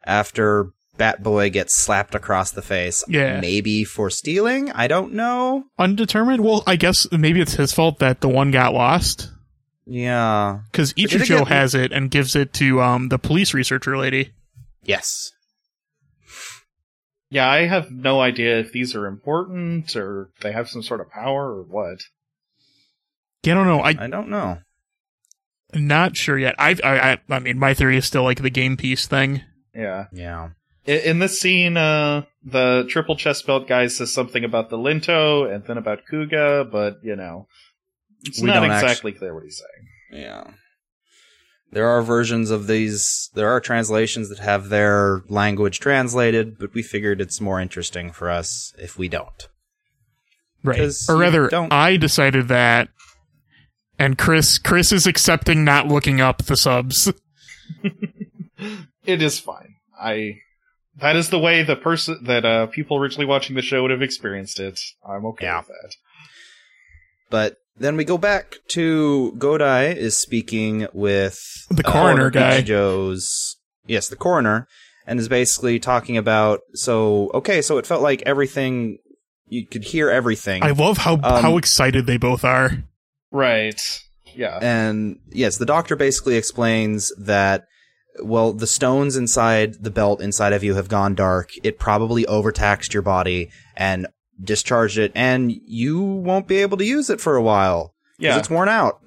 [SPEAKER 3] after Bat Boy gets slapped across the face.
[SPEAKER 1] Yeah.
[SPEAKER 3] Maybe for stealing? I don't know.
[SPEAKER 1] Undetermined. Well, I guess maybe it's his fault that the one got lost
[SPEAKER 3] Yeah.
[SPEAKER 1] because
[SPEAKER 3] But did it
[SPEAKER 1] Ichijo
[SPEAKER 3] get-
[SPEAKER 1] has it and gives it to um the police researcher lady.
[SPEAKER 3] Yes.
[SPEAKER 4] Yeah, I have no idea if these are important or they have some sort of power or what.
[SPEAKER 1] Yeah, I don't know. I,
[SPEAKER 3] I don't know.
[SPEAKER 1] I'm not sure yet. I, I I I mean, my theory is still like the game piece thing.
[SPEAKER 4] Yeah.
[SPEAKER 3] Yeah.
[SPEAKER 4] I- In this scene, uh, the triple chest belt guy says something about the Linto and then about Kuga, but, you know, it's
[SPEAKER 3] We
[SPEAKER 4] not
[SPEAKER 3] don't actu-
[SPEAKER 4] exactly clear what he's saying.
[SPEAKER 3] Yeah. There are versions of these, there are translations that have their language translated, but we figured it's more interesting for us if we don't.
[SPEAKER 1] Right.
[SPEAKER 3] 'Cause
[SPEAKER 1] Or
[SPEAKER 3] you
[SPEAKER 1] rather,
[SPEAKER 3] don't-
[SPEAKER 1] I decided that, and Chris Chris is accepting not looking up the subs.
[SPEAKER 4] It is fine. I. That is the way the person that uh, people originally watching the show would have experienced it. I'm okay
[SPEAKER 3] Yeah.
[SPEAKER 4] with that.
[SPEAKER 3] But then we go back to Godai is speaking with
[SPEAKER 1] The coroner guy.
[SPEAKER 3] Ichijo's, yes, the coroner, and is basically talking about. So okay, so it felt like everything you could hear everything.
[SPEAKER 1] I love how
[SPEAKER 3] Um,
[SPEAKER 1] how excited they both are.
[SPEAKER 4] Right. Yeah.
[SPEAKER 3] and yes, the doctor basically explains that well, the stones inside the belt inside of you have gone dark. It probably overtaxed your body and discharged it, and you won't be able to use it for a while. 'cause
[SPEAKER 4] Yeah.
[SPEAKER 3] it's worn out.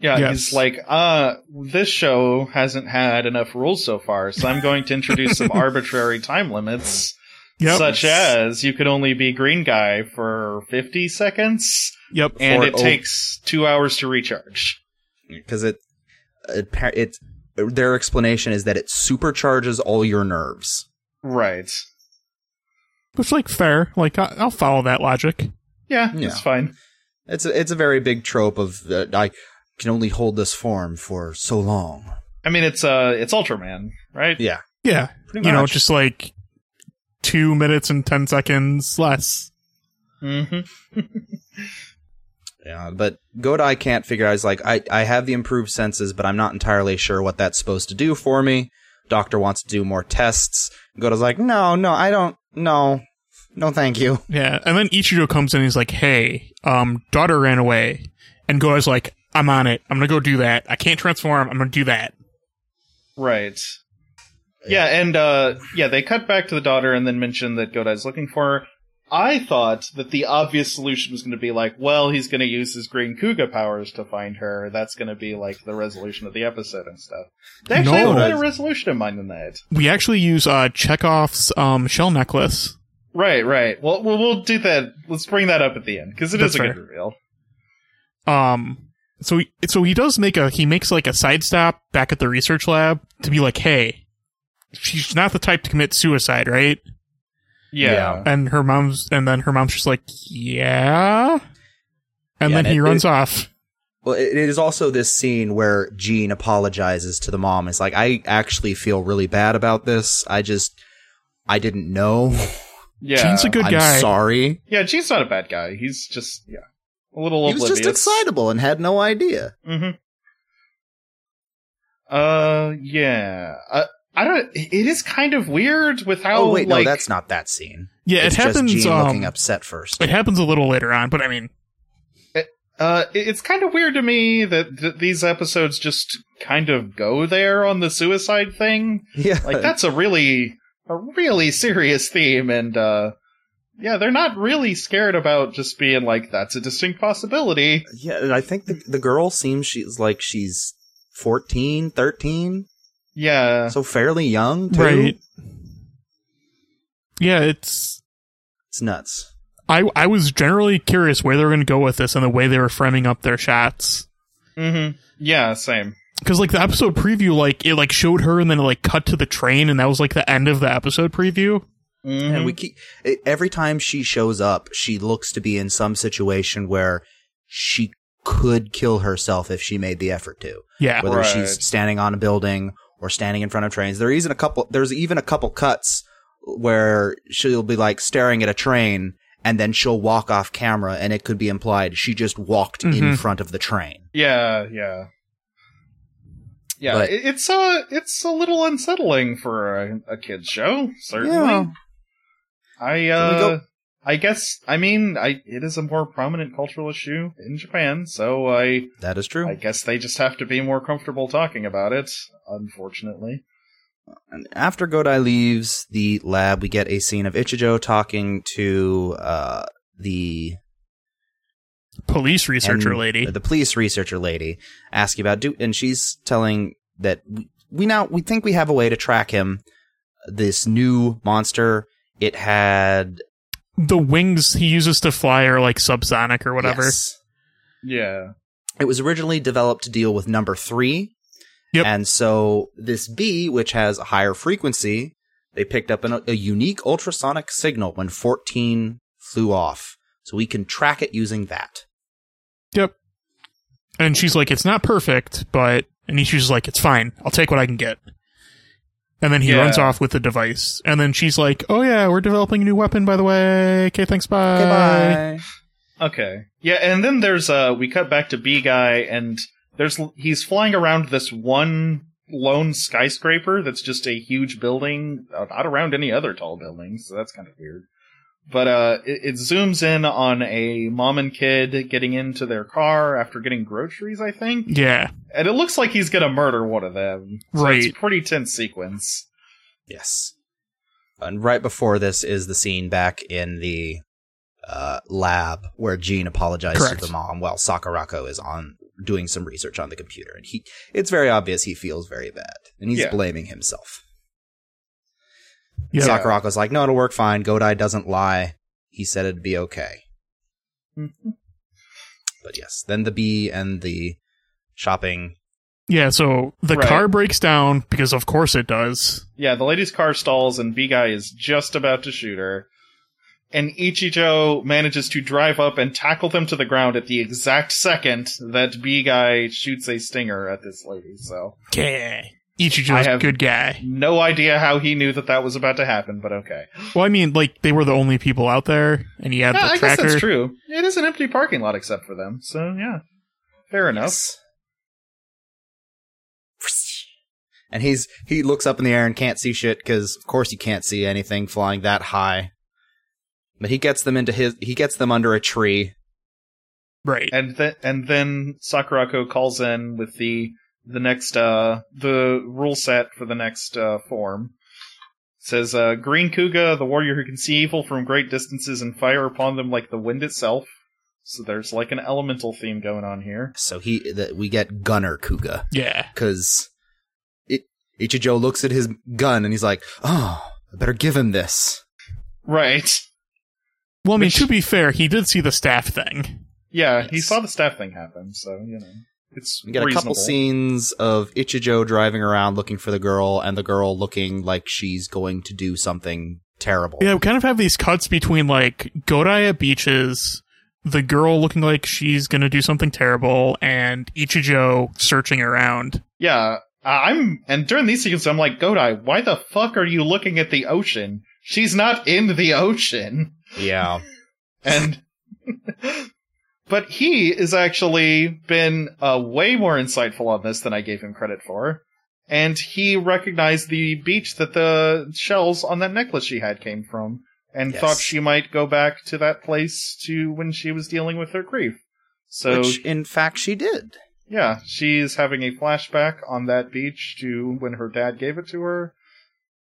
[SPEAKER 4] Yeah,
[SPEAKER 1] Yes.
[SPEAKER 4] he's like, uh, this show hasn't had enough rules so far, so I'm going to introduce some arbitrary time limits,
[SPEAKER 1] Yep.
[SPEAKER 4] such as you could only be green guy for 50 seconds,
[SPEAKER 1] yep.
[SPEAKER 4] and
[SPEAKER 3] Or oh.
[SPEAKER 4] it
[SPEAKER 3] o-
[SPEAKER 4] takes two hours to recharge.
[SPEAKER 3] because it, it pa- it their explanation is that it supercharges all your nerves.
[SPEAKER 4] Right.
[SPEAKER 1] Which like fair. Like I, I'll follow that logic.
[SPEAKER 4] Yeah,
[SPEAKER 3] Yeah.
[SPEAKER 4] it's fine.
[SPEAKER 3] It's a, it's a very big trope of uh, I can only hold this form for so long.
[SPEAKER 4] I mean, it's, uh, it's Ultraman, right?
[SPEAKER 3] Yeah,
[SPEAKER 1] Yeah.
[SPEAKER 3] Pretty
[SPEAKER 1] you know,
[SPEAKER 3] much.
[SPEAKER 1] just like two minutes and ten seconds less.
[SPEAKER 4] hmm
[SPEAKER 3] yeah. But Godai can't figure. out, He's like, I I have the improved senses, but I'm not entirely sure what that's supposed to do for me. Doctor wants to do more tests. Godai's like, no, no, I don't, no.
[SPEAKER 5] No, thank you.
[SPEAKER 1] Yeah, and then Ichigo comes in. and He's like, "Hey, um, daughter ran away," and Goi's like, "I'm on it. I'm gonna go do that. I can't transform. I'm gonna do that."
[SPEAKER 4] Right. Yeah, and uh yeah, they cut back to the daughter and then mention that Godai's looking for her. I thought that the obvious solution was going to be like, well, he's going to use his green Kuga powers to find her. That's going to be like the resolution of the episode and stuff. They actually
[SPEAKER 1] No.
[SPEAKER 4] have a better resolution in mind than that.
[SPEAKER 1] We actually use uh Chekhov's um shell necklace.
[SPEAKER 4] Right, right. Well, we'll, we'll do that. Let's bring that up at the end because it is
[SPEAKER 1] That's
[SPEAKER 4] a good
[SPEAKER 1] fair.
[SPEAKER 4] reveal.
[SPEAKER 1] Um, so he, so he does make a he makes like a side stop back at the research lab to be like, "Hey, she's not the type to commit suicide, right?"
[SPEAKER 4] Yeah.
[SPEAKER 1] And her mom's and then her mom's just like, "Yeah," and
[SPEAKER 3] Yeah,
[SPEAKER 1] then
[SPEAKER 3] and
[SPEAKER 1] he
[SPEAKER 3] it-
[SPEAKER 1] runs off.
[SPEAKER 3] Well, it it is also this scene where Jean apologizes to the mom. It's like, I actually feel really bad about this. I just, I didn't know.
[SPEAKER 4] Yeah.
[SPEAKER 1] Jean's a good
[SPEAKER 3] I'm
[SPEAKER 1] guy.
[SPEAKER 3] sorry.
[SPEAKER 4] yeah, Gene's not a bad guy. He's just, yeah, a little
[SPEAKER 3] He was
[SPEAKER 4] oblivious.
[SPEAKER 3] just excitable and had no idea.
[SPEAKER 4] Mm-hmm. Uh, yeah. Uh, I don't. It is kind of weird with how.
[SPEAKER 3] Oh, wait,
[SPEAKER 4] like,
[SPEAKER 3] no, that's not that scene.
[SPEAKER 1] Yeah,
[SPEAKER 3] it's
[SPEAKER 1] it happens.
[SPEAKER 3] just Jean
[SPEAKER 1] um,
[SPEAKER 3] looking upset first.
[SPEAKER 1] It happens a little later on, but I mean,
[SPEAKER 4] Uh, it- it's kind of weird to me that th- these episodes just kind of go there on the suicide thing.
[SPEAKER 3] Yeah,
[SPEAKER 4] Like that's a really, a really serious theme, and uh, yeah, they're not really scared about just being like that's a distinct possibility.
[SPEAKER 3] yeah. and I think the the girl seems she's like she's 14, 13,
[SPEAKER 4] Yeah.
[SPEAKER 3] so fairly young too.
[SPEAKER 1] Right. Yeah, it's.
[SPEAKER 3] It's nuts.
[SPEAKER 1] I I was generally curious where they were going to go with this and the way they were framing up their shots.
[SPEAKER 4] Mm-hmm. Yeah. Same.
[SPEAKER 1] Because like the episode preview, like it like showed her and then it like cut to the train and that was like the end of the episode preview.
[SPEAKER 4] Mhm.
[SPEAKER 3] And we keep e- every time she shows up, she looks to be in some situation where she could kill herself if she made the effort to.
[SPEAKER 1] Yeah,
[SPEAKER 3] Whether
[SPEAKER 4] Right.
[SPEAKER 3] she's standing on a building or standing in front of trains, there isn't a couple. There's even a couple cuts where she'll be like staring at a train, and then she'll walk off camera, and it could be implied she just walked in
[SPEAKER 1] Mhm.
[SPEAKER 3] front of the train.
[SPEAKER 4] Yeah, yeah, yeah.
[SPEAKER 3] But-
[SPEAKER 4] it- it's a it's a little unsettling for a, a kids show, certainly.
[SPEAKER 3] Yeah.
[SPEAKER 4] I
[SPEAKER 3] Can we
[SPEAKER 4] uh,
[SPEAKER 3] go-
[SPEAKER 4] I guess I mean I it is a more prominent cultural issue in Japan, so I
[SPEAKER 3] That is true.
[SPEAKER 4] I guess they just have to be more comfortable talking about it. Unfortunately,
[SPEAKER 3] And after Godai leaves the lab, we get a scene of Ichijo talking to uh, the
[SPEAKER 1] police researcher
[SPEAKER 3] and-
[SPEAKER 1] lady.
[SPEAKER 3] the police researcher lady, asking about do, and she's telling that we, we now we think we have a way to track him. This new monster, it had
[SPEAKER 1] The wings he uses to fly are like subsonic or whatever.
[SPEAKER 3] yes.
[SPEAKER 4] yeah,
[SPEAKER 3] It was originally developed to deal with number three,
[SPEAKER 1] Yep.
[SPEAKER 3] and so this bee, which has a higher frequency, they picked up an, a unique ultrasonic signal when fourteen flew off. So we can track it using that.
[SPEAKER 1] And she's like, "It's not perfect, but," and Ishii's like, "It's fine. I'll take what I can get." And then he
[SPEAKER 4] Yeah.
[SPEAKER 1] runs off with the device. And then she's like, "Oh yeah, we're developing a new weapon, by the way. Okay, thanks, bye."
[SPEAKER 3] Okay, bye.
[SPEAKER 4] okay, yeah. And then there's uh, we cut back to B guy, and there's he's flying around this one lone skyscraper that's just a huge building, uh, not around any other tall buildings, so that's kind of weird. But uh, it, it zooms in on a mom and kid getting into their car after getting groceries, I think,
[SPEAKER 1] Yeah,
[SPEAKER 4] and it looks like he's gonna murder one of them. So it's a
[SPEAKER 1] Right.
[SPEAKER 4] pretty tense sequence.
[SPEAKER 3] Yes. And right before this is the scene back in the uh, lab where Jean apologizes
[SPEAKER 1] Correct.
[SPEAKER 3] to the mom while Sakurako is on doing some research on the computer, and he it's very obvious he feels very bad, and he's
[SPEAKER 4] Yeah.
[SPEAKER 3] blaming himself.
[SPEAKER 1] yeah.
[SPEAKER 3] Sakurako's like, "No, it'll work fine. Godai doesn't lie. He said it'd be okay."
[SPEAKER 1] Mm-hmm.
[SPEAKER 3] But yes, then the bee and the shopping.
[SPEAKER 1] Yeah, so the
[SPEAKER 4] Right.
[SPEAKER 1] car breaks down because of course it does.
[SPEAKER 4] Yeah, the lady's car stalls and B guy is just about to shoot her. And Ichijo manages to drive up and tackle them to the ground at the exact second that B guy shoots a stinger at this lady. So
[SPEAKER 1] Yeah.
[SPEAKER 4] I
[SPEAKER 1] Ichijo's a
[SPEAKER 4] have-
[SPEAKER 1] good guy.
[SPEAKER 4] no idea how he knew that that was about to happen, but okay.
[SPEAKER 1] Well, I mean, like they were the only people out there and he had
[SPEAKER 4] Yeah,
[SPEAKER 1] the
[SPEAKER 4] I guess
[SPEAKER 1] tracker.
[SPEAKER 4] that's true. It is an empty parking lot except for them. So yeah, fair enough.
[SPEAKER 3] And he's he looks up in the air and can't see shit because of course you can't see anything flying that high. But he gets them into his he gets them under a tree.
[SPEAKER 1] Right.
[SPEAKER 4] And then and then Sakurako calls in with the the next uh the rule set for the next uh form. It says uh Green Kuga, the warrior who can see evil from great distances and fire upon them like the wind itself. So there's like an elemental theme going on here.
[SPEAKER 3] So he that we get Gunner Kuga
[SPEAKER 1] Yeah.
[SPEAKER 3] because Ichijo looks at his gun and he's like, "Oh, I better give him this."
[SPEAKER 4] Right.
[SPEAKER 1] Well, I mean,
[SPEAKER 4] Which-
[SPEAKER 1] to be fair, he did see the staff thing.
[SPEAKER 4] Yeah, he
[SPEAKER 3] Yes.
[SPEAKER 4] saw the staff thing happen, so you know. It's
[SPEAKER 3] We get a couple
[SPEAKER 4] reasonable.
[SPEAKER 3] scenes of Ichijo driving around looking for the girl and the girl looking like she's going to do something terrible.
[SPEAKER 1] Yeah, we kind of have these cuts between like Godaya beaches, the girl looking like she's gonna do something terrible, and Ichijo searching around.
[SPEAKER 4] Yeah, I- I'm, and during these sequences, I'm like, Godai, why the fuck are you looking at the ocean? She's not in the ocean.
[SPEAKER 3] Yeah.
[SPEAKER 4] And, but he has actually been uh, way more insightful on this than I gave him credit for. And he recognized the beach that the shells on that necklace she had came from and
[SPEAKER 3] Yes.
[SPEAKER 4] thought she might go back to that place to when she was dealing with her grief. So
[SPEAKER 3] Which in fact she did.
[SPEAKER 4] yeah, she's having a flashback on that beach to when her dad gave it to her,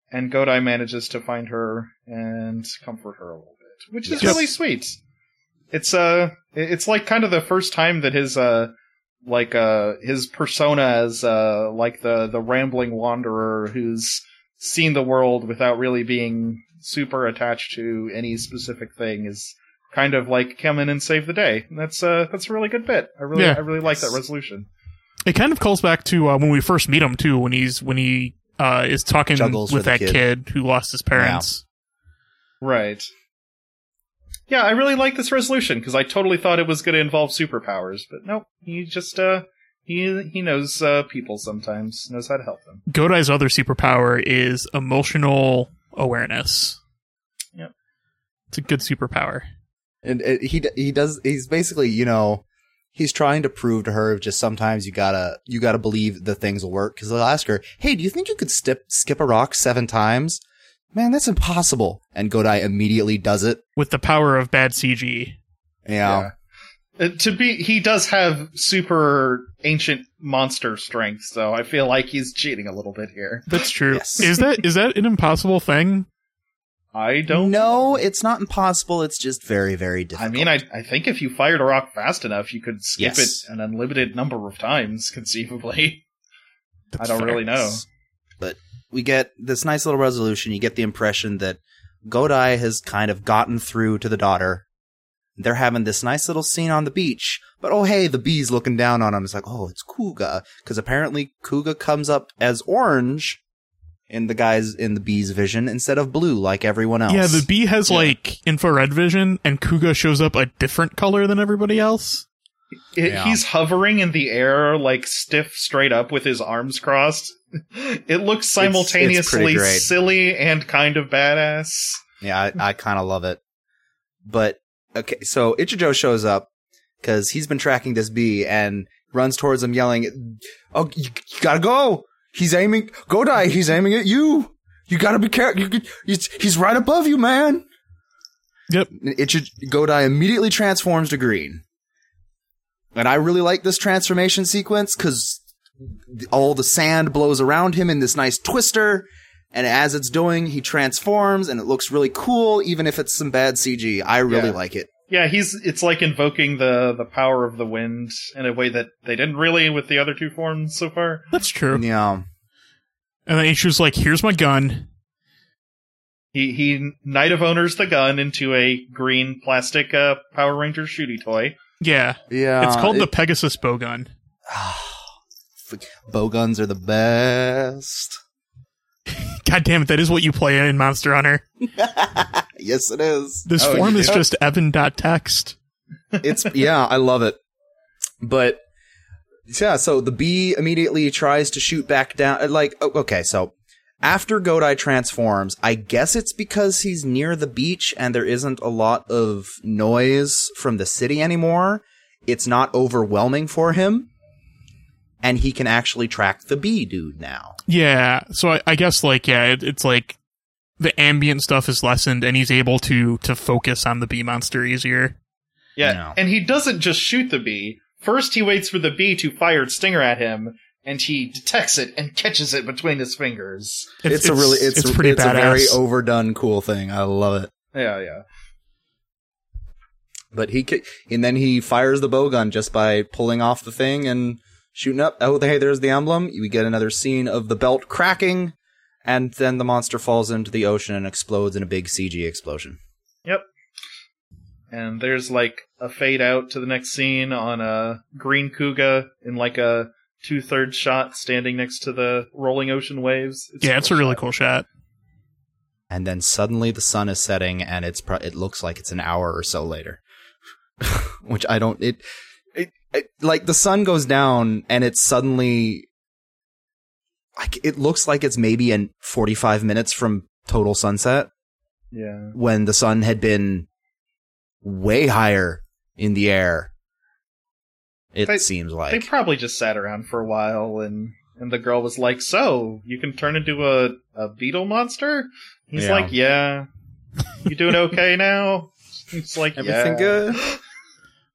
[SPEAKER 4] and Godai manages to find her and comfort her a little bit, which is
[SPEAKER 1] Yes.
[SPEAKER 4] really sweet. It's uh, it- it's like kind of the first time that his uh, like uh, his persona as uh, like the the rambling wanderer who's seen the world without really being super attached to any specific thing is kind of like come in and save the day. And That's uh, that's a really good bit. I really
[SPEAKER 1] Yeah.
[SPEAKER 4] I really like that resolution.
[SPEAKER 1] It kind of calls back to uh, when we first meet him too, when he's when he uh, is talking
[SPEAKER 3] Juggles
[SPEAKER 1] with
[SPEAKER 3] with a
[SPEAKER 1] that
[SPEAKER 3] kid.
[SPEAKER 1] kid. who lost his parents.
[SPEAKER 4] Right. Yeah, I really like this resolution because I totally thought it was going to involve superpowers, but nope. He just uh, he he knows uh, people sometimes, knows how to help them.
[SPEAKER 1] Godai's other superpower is emotional awareness.
[SPEAKER 4] Yep.
[SPEAKER 1] It's a good superpower.
[SPEAKER 5] And
[SPEAKER 3] uh,
[SPEAKER 5] it, he d- he does he's basically you know
[SPEAKER 3] He's trying to prove to her just sometimes you gotta you gotta believe that things will work because they'll ask her, "Hey, do you think you could stip, skip a rock seven times?" Man, that's impossible. And Godai immediately does it.
[SPEAKER 1] With the power of bad CG.
[SPEAKER 3] Yeah.
[SPEAKER 4] Uh, to be, he does have super ancient monster strength, so I feel like he's cheating a little bit here.
[SPEAKER 1] That's true.
[SPEAKER 3] Yes.
[SPEAKER 1] Is that is that an impossible thing?
[SPEAKER 4] I don't.
[SPEAKER 3] No, it's not impossible. It's just very, very
[SPEAKER 4] I
[SPEAKER 3] difficult.
[SPEAKER 4] mean, I I think if you fired a rock fast enough, you could skip
[SPEAKER 3] Yes.
[SPEAKER 4] it an unlimited number of times, conceivably.
[SPEAKER 1] That's
[SPEAKER 4] I don't
[SPEAKER 1] fair.
[SPEAKER 4] really know.
[SPEAKER 3] But we get this nice little resolution. You get the impression that Godai has kind of gotten through to the daughter. They're having this nice little scene on the beach, but oh hey, the bee's looking down on him. It's like, oh, it's Kuga, because apparently Kuga comes up as orange in the guy's in the bee's vision instead of blue, like everyone else.
[SPEAKER 1] Yeah, the bee has like infrared vision, and Kuga shows up a different color than everybody else.
[SPEAKER 4] It,
[SPEAKER 3] Yeah.
[SPEAKER 4] He's hovering in the air, like stiff, straight up, with his arms crossed. It looks
[SPEAKER 3] it's pretty
[SPEAKER 4] simultaneously
[SPEAKER 3] great.
[SPEAKER 4] silly and kind of badass.
[SPEAKER 3] Yeah, I, I kind of love it. But okay, so Ichijo shows up because he's been tracking this bee and runs towards him, yelling, "Oh, you, you gotta go! He's aiming. Godai, he's aiming at you. You gotta be careful. You, you- he's, he's right above you, man."
[SPEAKER 1] Yep.
[SPEAKER 3] And Ichi- Godai immediately transforms to green, and I really like this transformation sequence because all the sand blows around him in this nice twister. And as it's doing, he transforms and it looks really cool, even if it's some bad CG. I really
[SPEAKER 4] Yeah.
[SPEAKER 3] like it.
[SPEAKER 4] Yeah, he's. It's like invoking the the power of the wind in a way that they didn't really with the other two forms so far.
[SPEAKER 1] That's true.
[SPEAKER 3] Yeah.
[SPEAKER 1] And then Ichijo's like, "Here's my gun."
[SPEAKER 4] He he knight of owners the gun into a green plastic uh, Power Ranger shooty toy.
[SPEAKER 1] Yeah,
[SPEAKER 3] Yeah.
[SPEAKER 5] Uh,
[SPEAKER 1] it's called the
[SPEAKER 3] it-
[SPEAKER 1] Pegasus bowgun.
[SPEAKER 3] Bow guns are the best.
[SPEAKER 1] God damn it, that is what you play in Monster Hunter.
[SPEAKER 3] Yes, it is.
[SPEAKER 1] This
[SPEAKER 4] Oh,
[SPEAKER 1] form
[SPEAKER 4] you
[SPEAKER 1] is
[SPEAKER 4] do?
[SPEAKER 1] just Evan.txt.
[SPEAKER 3] It's, yeah, I love it. But, yeah, so the bee immediately tries to shoot back down. Like, oh, okay, so after Godai transforms, I guess it's because he's near the beach and there isn't a lot of noise from the city anymore. It's not overwhelming for him. And he can actually track the bee dude now.
[SPEAKER 1] Yeah, so I, I guess like yeah, it, it's like the ambient stuff is lessened and he's able to to focus on the bee monster easier.
[SPEAKER 4] Yeah,
[SPEAKER 6] No.
[SPEAKER 4] and he doesn't just shoot the bee. First, he waits for the bee to fire its stinger at him, and he detects it and catches it between his fingers.
[SPEAKER 5] It's, a really it's it's,
[SPEAKER 1] pretty
[SPEAKER 5] a
[SPEAKER 1] badass.
[SPEAKER 5] very overdone cool thing. I love it.
[SPEAKER 4] Yeah, yeah.
[SPEAKER 5] But
[SPEAKER 3] He ki- and then he fires the bow gun just by pulling off the thing and shooting up. Oh, hey, there's the emblem. We get another scene of the belt cracking, and then the monster falls into the ocean and explodes in a big CG explosion.
[SPEAKER 4] And there's like a fade out to the next scene on a green cougar in like a two thirds shot standing next to the rolling ocean waves.
[SPEAKER 1] yeah, it's a really
[SPEAKER 4] shot.
[SPEAKER 1] cool shot.
[SPEAKER 3] And then suddenly the sun is setting, and it's pro- it looks like it's an hour or so later, which I don't it, it it like the sun goes down and it's suddenly like it looks like it's maybe in forty five minutes from total sunset.
[SPEAKER 4] Yeah.
[SPEAKER 3] when the sun had been way higher in the air. It
[SPEAKER 4] They-
[SPEAKER 3] seems
[SPEAKER 4] They
[SPEAKER 3] like
[SPEAKER 4] probably just sat around for a while and and the girl was like, So, you can turn into a, a beetle monster? He's
[SPEAKER 6] Yeah.
[SPEAKER 4] like, Yeah. You doing okay now? It's like
[SPEAKER 3] everything
[SPEAKER 4] yeah.
[SPEAKER 3] good.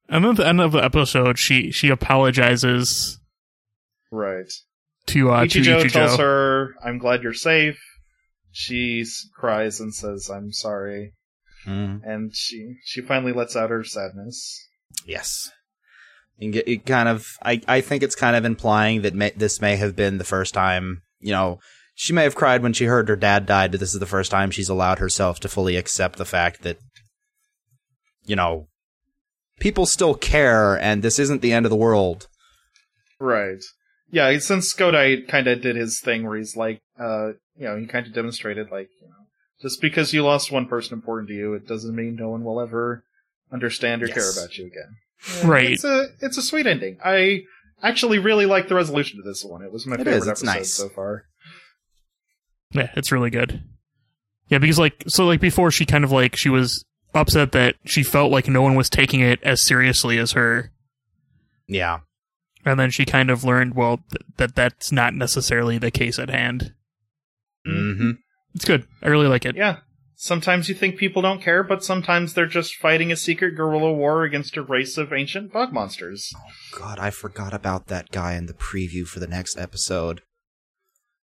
[SPEAKER 1] And then at the end of the episode, she she apologizes
[SPEAKER 4] Right.
[SPEAKER 1] to uh, to
[SPEAKER 4] Ichijo
[SPEAKER 1] Ichijo.
[SPEAKER 4] tells her, I'm glad you're safe. She s- cries and says, I'm sorry.
[SPEAKER 3] Mm,
[SPEAKER 4] And she, she finally lets out her sadness.
[SPEAKER 3] yes, You get- it kind of. I I think it's kind of implying that may, this may have been the first time. You know, she may have cried when she heard her dad died, but this is the first time she's allowed herself to fully accept the fact that, you know, people still care, and this isn't the end of the world.
[SPEAKER 4] Right. Yeah, since Skodai kind of did his thing where he's like, uh, you know, he kind of demonstrated like, you know, just because you lost one person important to you, it doesn't mean no one will ever understand or care
[SPEAKER 3] Yes.
[SPEAKER 4] about you again.
[SPEAKER 1] Right.
[SPEAKER 4] It's a it's a sweet ending. I actually really like the resolution to this one. It was my
[SPEAKER 3] It
[SPEAKER 4] favorite
[SPEAKER 3] is, it's
[SPEAKER 4] episode
[SPEAKER 3] nice.
[SPEAKER 4] so far.
[SPEAKER 1] Yeah, it's really good. Yeah, because like so like before she kind of like she was upset that she felt like no one was taking it as seriously as her.
[SPEAKER 3] Yeah,
[SPEAKER 1] And then she kind of learned well th- that that's not necessarily the case at hand.
[SPEAKER 3] mm-hmm.
[SPEAKER 1] It's good. I really like it.
[SPEAKER 4] Yeah. Sometimes you think people don't care, but sometimes they're just fighting a secret guerrilla war against a race of ancient bog monsters.
[SPEAKER 3] God, I forgot about that guy in the preview for the next episode.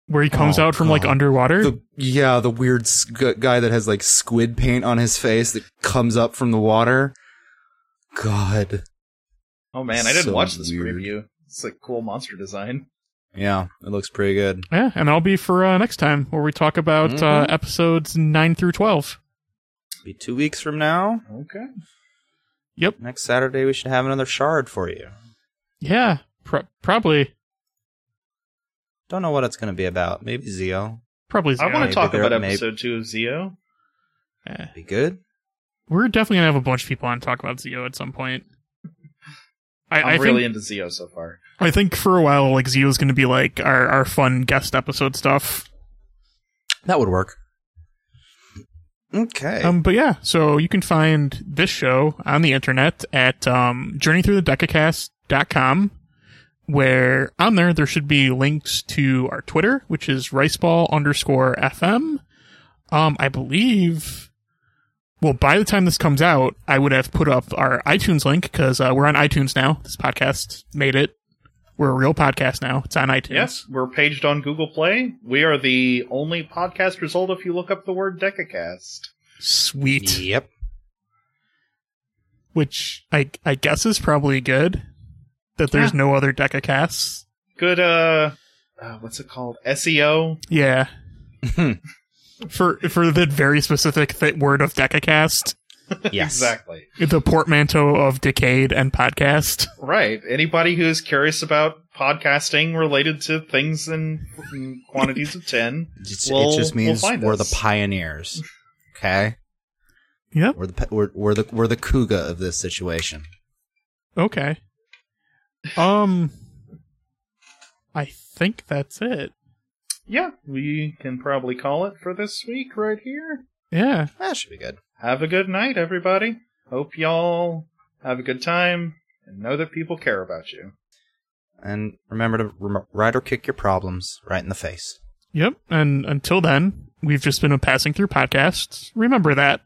[SPEAKER 1] Where he comes
[SPEAKER 3] Oh,
[SPEAKER 1] out from like
[SPEAKER 3] God.
[SPEAKER 1] underwater.
[SPEAKER 3] The yeah, the weird s- gu- guy that has like squid paint on his face that comes up from the water. God,
[SPEAKER 4] Oh man, I didn't
[SPEAKER 3] So
[SPEAKER 4] watch this
[SPEAKER 3] weird.
[SPEAKER 4] preview. It's a cool monster design.
[SPEAKER 3] yeah, it looks pretty good.
[SPEAKER 1] yeah, and I'll be for uh, next time where we talk about uh,
[SPEAKER 3] Mhm.
[SPEAKER 1] episodes 9 through 12.
[SPEAKER 3] Be two weeks from now.
[SPEAKER 4] Okay.
[SPEAKER 3] Next Saturday, we should have another shard for you.
[SPEAKER 1] Yeah, pro- probably
[SPEAKER 3] Don't know what it's going to be about. Maybe Zio.
[SPEAKER 1] probably
[SPEAKER 4] I
[SPEAKER 1] Xeon.
[SPEAKER 4] want
[SPEAKER 3] maybe
[SPEAKER 4] to talk
[SPEAKER 3] they're-
[SPEAKER 4] about
[SPEAKER 3] maybe-
[SPEAKER 4] episode two of Zio.
[SPEAKER 1] Eh.
[SPEAKER 3] Be good.
[SPEAKER 1] We're definitely going to have a bunch of people on to talk about Zio at some point. I,
[SPEAKER 4] I'm
[SPEAKER 1] I
[SPEAKER 4] really
[SPEAKER 1] think
[SPEAKER 4] into Zio so far.
[SPEAKER 1] I think for a while like Zio's going to be like our our fun guest episode stuff.
[SPEAKER 3] That would work. Okay.
[SPEAKER 1] Um, but yeah, so you can find this show on the internet at um, journeythroughthedecacast.com, where on there there should be links to our Twitter, which is riceball underscore fm. Um, I believe. Well, by the time this comes out, I would have put up our iTunes link because uh, we're on iTunes now. This podcast made it. We're a real podcast now. It's on iTunes.
[SPEAKER 4] Yes, we're paged on Google Play. We are the only podcast result if you look up the word Decacast.
[SPEAKER 1] Sweet.
[SPEAKER 3] yep.
[SPEAKER 1] Which I I guess is probably good that there's
[SPEAKER 4] Yeah.
[SPEAKER 1] no other decacasts.
[SPEAKER 4] Good, uh, uh, what's it called? E SEO?
[SPEAKER 1] Yeah. for for the very specific th- word of decacast,
[SPEAKER 3] Yes.
[SPEAKER 4] Exactly.
[SPEAKER 1] the portmanteau of decayed and podcast.
[SPEAKER 4] Right. Anybody who is curious about podcasting related to things in in quantities of 10.
[SPEAKER 3] It's-
[SPEAKER 4] We'll-
[SPEAKER 3] it just
[SPEAKER 4] we'll
[SPEAKER 3] means
[SPEAKER 4] find
[SPEAKER 3] we're
[SPEAKER 4] us.
[SPEAKER 3] the pioneers. Okay.
[SPEAKER 1] Yep.
[SPEAKER 3] We're the pe- we're, we're the we're the Kuga of this situation.
[SPEAKER 1] Okay. Um, I think that's it.
[SPEAKER 4] Yeah, we can probably call it for this week right here.
[SPEAKER 1] Yeah.
[SPEAKER 3] That should be good.
[SPEAKER 4] Have a good night, everybody. Hope y'all have a good time and know that people care about you.
[SPEAKER 3] And remember to rem- ride or kick your problems right in the face.
[SPEAKER 1] Yep. And until then, we've just been a passing through podcasts. Remember that.